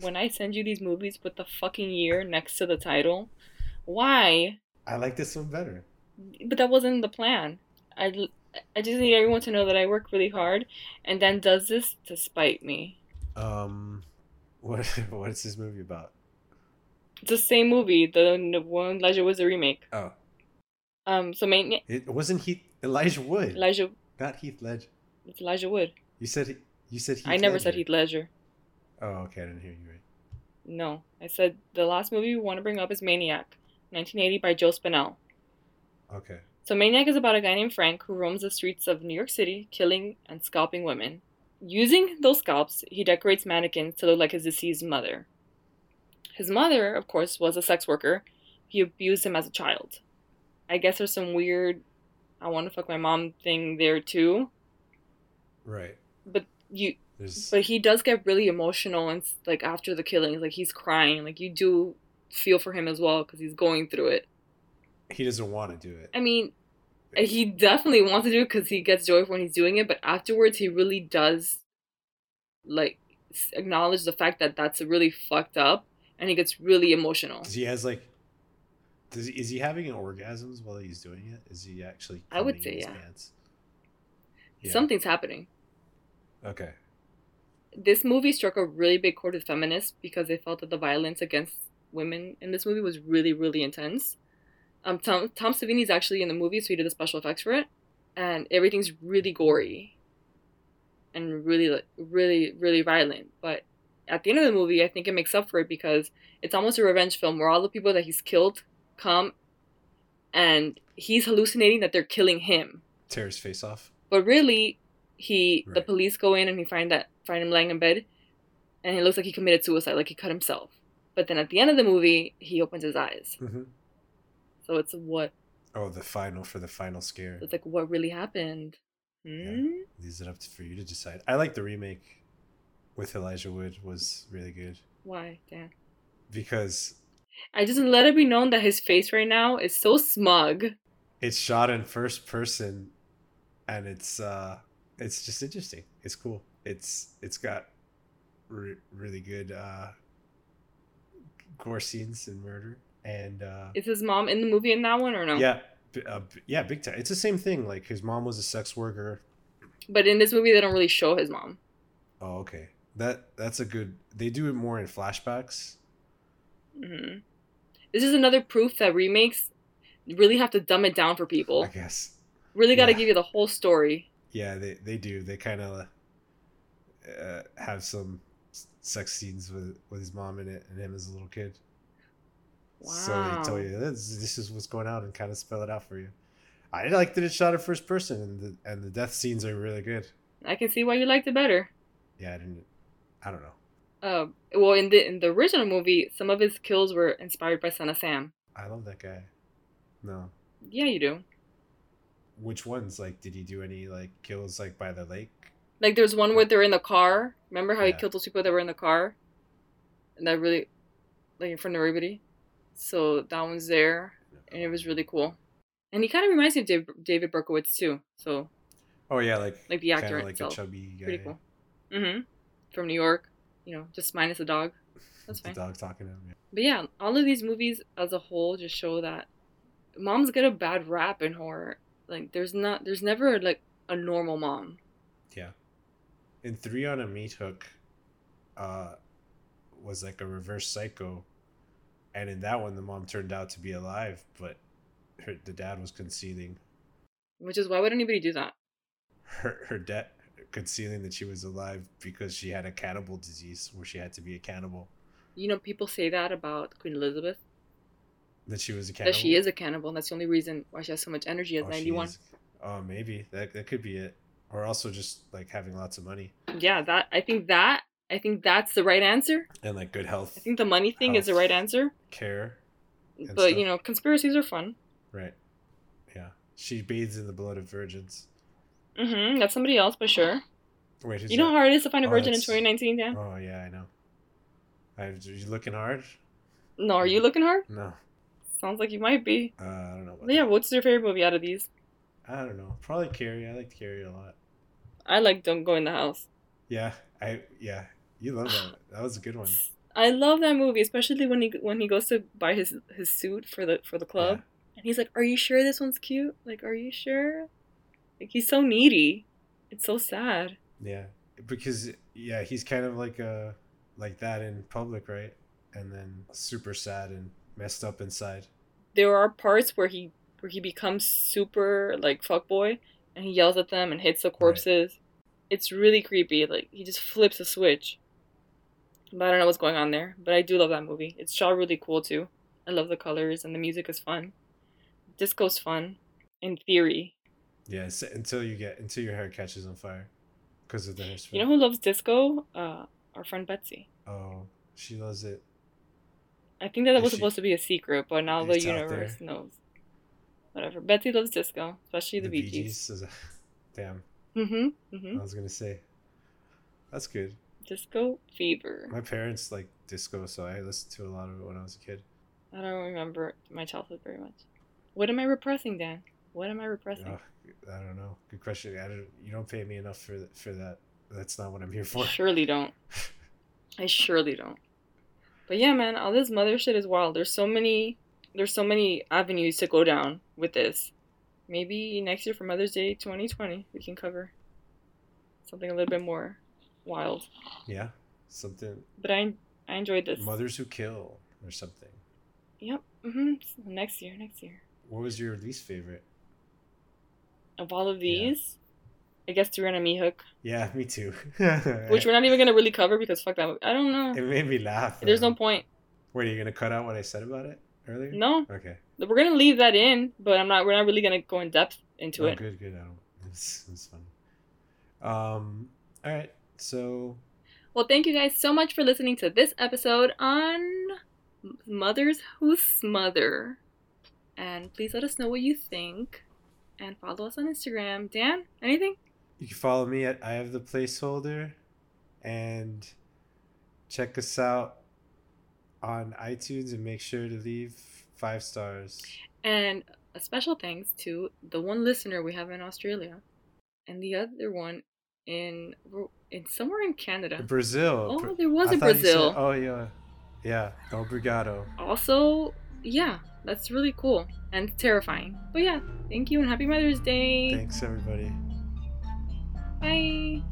Speaker 2: when I send you these movies with the fucking year next to the title, why?
Speaker 1: I like this one better.
Speaker 2: But that wasn't the plan. I, I just need everyone to know that I work really hard and then does this to spite me.
Speaker 1: Um, what what is this movie about?
Speaker 2: It's the same movie, the, the one Elijah was a remake.
Speaker 1: Oh,
Speaker 2: Um, so main
Speaker 1: it wasn't Heath Elijah Wood,
Speaker 2: Elijah,
Speaker 1: not Heath Ledger.
Speaker 2: it's Elijah Wood.
Speaker 1: You said you said Heath
Speaker 2: I never said
Speaker 1: Ledger.
Speaker 2: Heath Ledger.
Speaker 1: Oh, okay, I didn't hear you right.
Speaker 2: No, I said the last movie we want to bring up is Maniac, 1980 by Joe Spinell.
Speaker 1: Okay,
Speaker 2: So Maniac is about a guy named Frank who roams the streets of New York City, killing and scalping women. Using those scalps, he decorates mannequins to look like his deceased mother. His mother, of course, was a sex worker. He abused him as a child. I guess there's some weird I want to fuck my mom thing there too.
Speaker 1: right.
Speaker 2: But you
Speaker 1: There's
Speaker 2: but he does get really emotional and s- like after the killings, like he's crying. Like you do feel for him as well cuz he's going through it.
Speaker 1: he doesn't want to do it.
Speaker 2: I mean, eh, he definitely wants to do it because he gets joy when he's doing it, but afterwards he really does, like, s- acknowledge the fact that that's really fucked up, and he gets really emotional.
Speaker 1: 'Cause he has like Does he, is he having orgasms while he's doing it? Is he actually?
Speaker 2: I would
Speaker 1: coming in
Speaker 2: say
Speaker 1: his
Speaker 2: yeah.
Speaker 1: pants? Yeah.
Speaker 2: Something's happening.
Speaker 1: Okay.
Speaker 2: This movie struck a really big chord with feminists because they felt that the violence against women in this movie was really, really intense. Um, Tom, Tom Savini's actually in the movie, so he did the special effects for it, and everything's really gory and really, like, really, really violent. But at the end of the movie, I think it makes up for it because it's almost a revenge film where all the people that he's killed come and he's hallucinating that they're killing him
Speaker 1: Tear his face off.
Speaker 2: but really, he the
Speaker 1: Right.
Speaker 2: police go in and he find that find him lying in bed, and he looks like he committed suicide, like he cut himself. But then at the end of the movie, he opens his eyes.
Speaker 1: hmm
Speaker 2: So it's what
Speaker 1: Oh, the final for the final scare.
Speaker 2: it's like what really happened. Hmm?
Speaker 1: Leaves it up for you to decide. I like the remake with Elijah Wood was really good
Speaker 2: Why? Damn.
Speaker 1: because
Speaker 2: I just let it be known that his face right now is so smug.
Speaker 1: it's shot in first person and it's uh it's just interesting it's cool it's it's got re- really good uh gore scenes and murder and uh
Speaker 2: Is his mom in the movie in that one or no?
Speaker 1: yeah b- uh, b- yeah big time it's the same thing like his mom was a sex worker
Speaker 2: But in this movie, they don't really show his mom.
Speaker 1: oh okay that that's a good they do it more in flashbacks
Speaker 2: hmm This is another proof that remakes really have to dumb it down for people.
Speaker 1: i guess
Speaker 2: Really got to
Speaker 1: Yeah.
Speaker 2: give you the whole story.
Speaker 1: yeah they they do they kind of uh, have some s- sex scenes with with his mom in it and him as a little kid So they
Speaker 2: Wow.
Speaker 1: tell you this, this is what's going on and kind of spell it out for you. I like that it's shot in first person and the and the death scenes are really good.
Speaker 2: I can see why you liked it better.
Speaker 1: Yeah, I didn't. I don't know.
Speaker 2: Uh, well, in the in the original movie, some of his kills were inspired by Son of Sam.
Speaker 1: I love that guy. No,
Speaker 2: Yeah, you do.
Speaker 1: which ones? Like, did he do any like kills like by the lake?
Speaker 2: Like there's one where they're in the car. Remember how he
Speaker 1: Yeah.
Speaker 2: killed those people that were in the car, and that really, like in front of everybody. So that one's there, and it was really cool. And he kind of reminds me of Dave, David Berkowitz too. So
Speaker 1: Oh yeah, like
Speaker 2: like the actor
Speaker 1: kinda like
Speaker 2: itself,
Speaker 1: a chubby guy.
Speaker 2: pretty cool. Mm-hmm. From New York, you know, just minus a dog. That's
Speaker 1: with the
Speaker 2: fine.
Speaker 1: dog talking to him. yeah.
Speaker 2: But yeah, all of these movies as a whole just show that moms get a bad rap in horror. Like there's not there's never like a normal mom.
Speaker 1: Yeah. And three on a meat hook uh was like a reverse psycho. And in that one the mom turned out to be alive, but her the dad was concealing
Speaker 2: Which is why would anybody do that?
Speaker 1: her her dad concealing that she was alive because she had a cannibal disease where she had to be a cannibal.
Speaker 2: You know, people say that about Queen Elizabeth.
Speaker 1: That she was a cannibal.
Speaker 2: That she is a cannibal and that's the only reason why she has so much energy
Speaker 1: Oh,
Speaker 2: at
Speaker 1: she
Speaker 2: ninety one.
Speaker 1: is- Oh, maybe. That that could be it. Or also just like having lots of money
Speaker 2: Yeah, that I think that I think that's the right answer.
Speaker 1: and like good
Speaker 2: I
Speaker 1: health
Speaker 2: think the money thing is the right answer.
Speaker 1: care. And
Speaker 2: but you
Speaker 1: stuff.
Speaker 2: know, conspiracies are fun.
Speaker 1: Right. Yeah. She bathes in the blood of virgins.
Speaker 2: Mm-hmm. That's somebody else, but sure.
Speaker 1: Wait, who's
Speaker 2: you know
Speaker 1: that?
Speaker 2: how hard it is to find a
Speaker 1: Oh,
Speaker 2: virgin in
Speaker 1: that's-
Speaker 2: twenty nineteen, Dan?
Speaker 1: Oh yeah, I know. I, are you looking hard?
Speaker 2: No, are you looking hard?
Speaker 1: No,
Speaker 2: Sounds like you might be.
Speaker 1: uh, I don't know. About
Speaker 2: Yeah, what's your favorite movie out of these?
Speaker 1: that. I don't know. Probably Carrie. I like Carrie a lot.
Speaker 2: I like Don't Go in the House.
Speaker 1: Yeah, I yeah. You love that. That was a good one.
Speaker 2: I love that movie, especially when he when he goes to buy his his suit for the for the club, and he's like, "Are you sure this one's cute? Like, are you sure?" Like he's so needy. It's so sad.
Speaker 1: Yeah, because yeah, he's kind of like uh like that in public, right? And then super sad and messed up inside.
Speaker 2: There are parts where he where he becomes super like fuckboy, and he yells at them and hits the corpses. It's really creepy. Like he just flips a switch. But I don't know what's going on there. But I do love that movie. It's shot really cool too. I love the colors and the music is fun. Disco's fun, in theory.
Speaker 1: Yeah, it's, until you get until your hair catches on fire because of the hairspray.
Speaker 2: You know who loves disco? Uh, our friend Betsy.
Speaker 1: oh, she loves it.
Speaker 2: I think that, that
Speaker 1: Is
Speaker 2: was
Speaker 1: she-
Speaker 2: supposed to be a secret, but now the
Speaker 1: It's out
Speaker 2: universe knows. Whatever. Betsy loves disco, especially the, the Bee Gees.
Speaker 1: is a- Damn,
Speaker 2: Mm-hmm. Mm-hmm.
Speaker 1: I was gonna say. That's good.
Speaker 2: Disco fever.
Speaker 1: My parents like disco, so I listened to a lot of it when I was a kid.
Speaker 2: I don't remember my childhood very much. What am I repressing, Dan? What am I repressing?
Speaker 1: Ugh, I don't know. Good question. I don't. You don't pay me enough for th- for that. That's not what I'm here for.
Speaker 2: Surely don't. I surely don't. But yeah, man, all this mother shit is wild. There's so many there's so many avenues to go down with this. Maybe next year for Mother's Day 2020, we can cover something a little bit more wild.
Speaker 1: Yeah, something.
Speaker 2: But I I enjoyed this.
Speaker 1: Mothers who kill or something.
Speaker 2: Yep. Mm-hmm. So next year, next year.
Speaker 1: What was your least favorite?
Speaker 2: Of all of these, I guess Turan and Me Hook,
Speaker 1: Yeah, me too.
Speaker 2: which we're not even gonna really cover because fuck that. I don't know.
Speaker 1: It made me laugh.
Speaker 2: There's
Speaker 1: man.
Speaker 2: no point.
Speaker 1: Wait, are you gonna cut out what I said about it earlier?
Speaker 2: No,
Speaker 1: Okay.
Speaker 2: we're gonna leave that in, but I'm not. We're not really gonna go in depth into
Speaker 1: oh,
Speaker 2: it.
Speaker 1: good, good. I don't. It's, it's funny. Um. All right. So
Speaker 2: Well, thank you guys so much for listening to this episode on Mothers Who Smother. And please let us know what you think. And follow us on Instagram. Dan, anything?
Speaker 1: you can follow me at I have the placeholder, and check us out on iTunes and make sure to leave five stars.
Speaker 2: And a special thanks to the one listener we have in Australia and the other one in in somewhere in Canada.
Speaker 1: Brazil.
Speaker 2: Oh,
Speaker 1: Bra-
Speaker 2: there was
Speaker 1: I
Speaker 2: in
Speaker 1: thought you said-
Speaker 2: Brazil.
Speaker 1: oh yeah, yeah. Obrigado.
Speaker 2: Also, yeah, that's really cool and terrifying. But yeah, thank you and happy Mother's Day.
Speaker 1: Thanks everybody.
Speaker 2: Bye.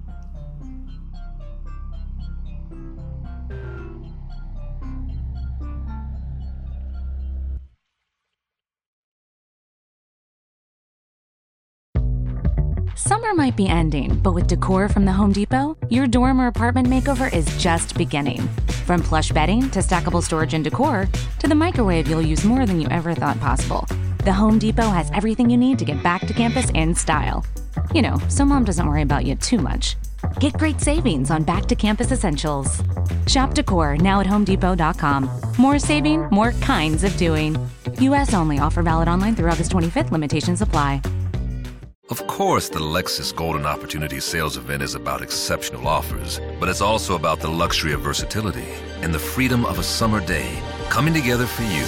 Speaker 3: Summer might be ending, but with decor from the Home Depot, your dorm or apartment makeover is just beginning. From plush bedding to stackable storage and decor to the microwave you'll use more than you ever thought possible, the Home Depot has everything you need to get back to campus in style. You know, so mom doesn't worry about you too much. Get great savings on back to campus essentials. Shop decor now at homedepot.com. More saving, more kinds of doing. US only offer valid online through August 25th. Limitations apply.
Speaker 4: Of course, the Lexus Golden Opportunity Sales Event is about exceptional offers, but it's also about the luxury of versatility and the freedom of a summer day coming together for you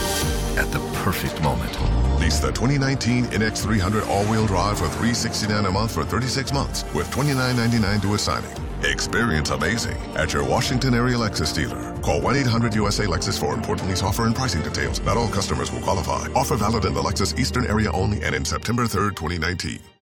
Speaker 4: at the perfect moment.
Speaker 5: Lease the 2019 NX300 all-wheel drive for $369 a month for 36 months with $29.99 due at signing. Experience amazing at your Washington area Lexus dealer. Call 1-800-USA-LEXUS for important lease offer and pricing details. Not all customers will qualify. Offer valid in the Lexus Eastern area only and in September 3rd, 2019.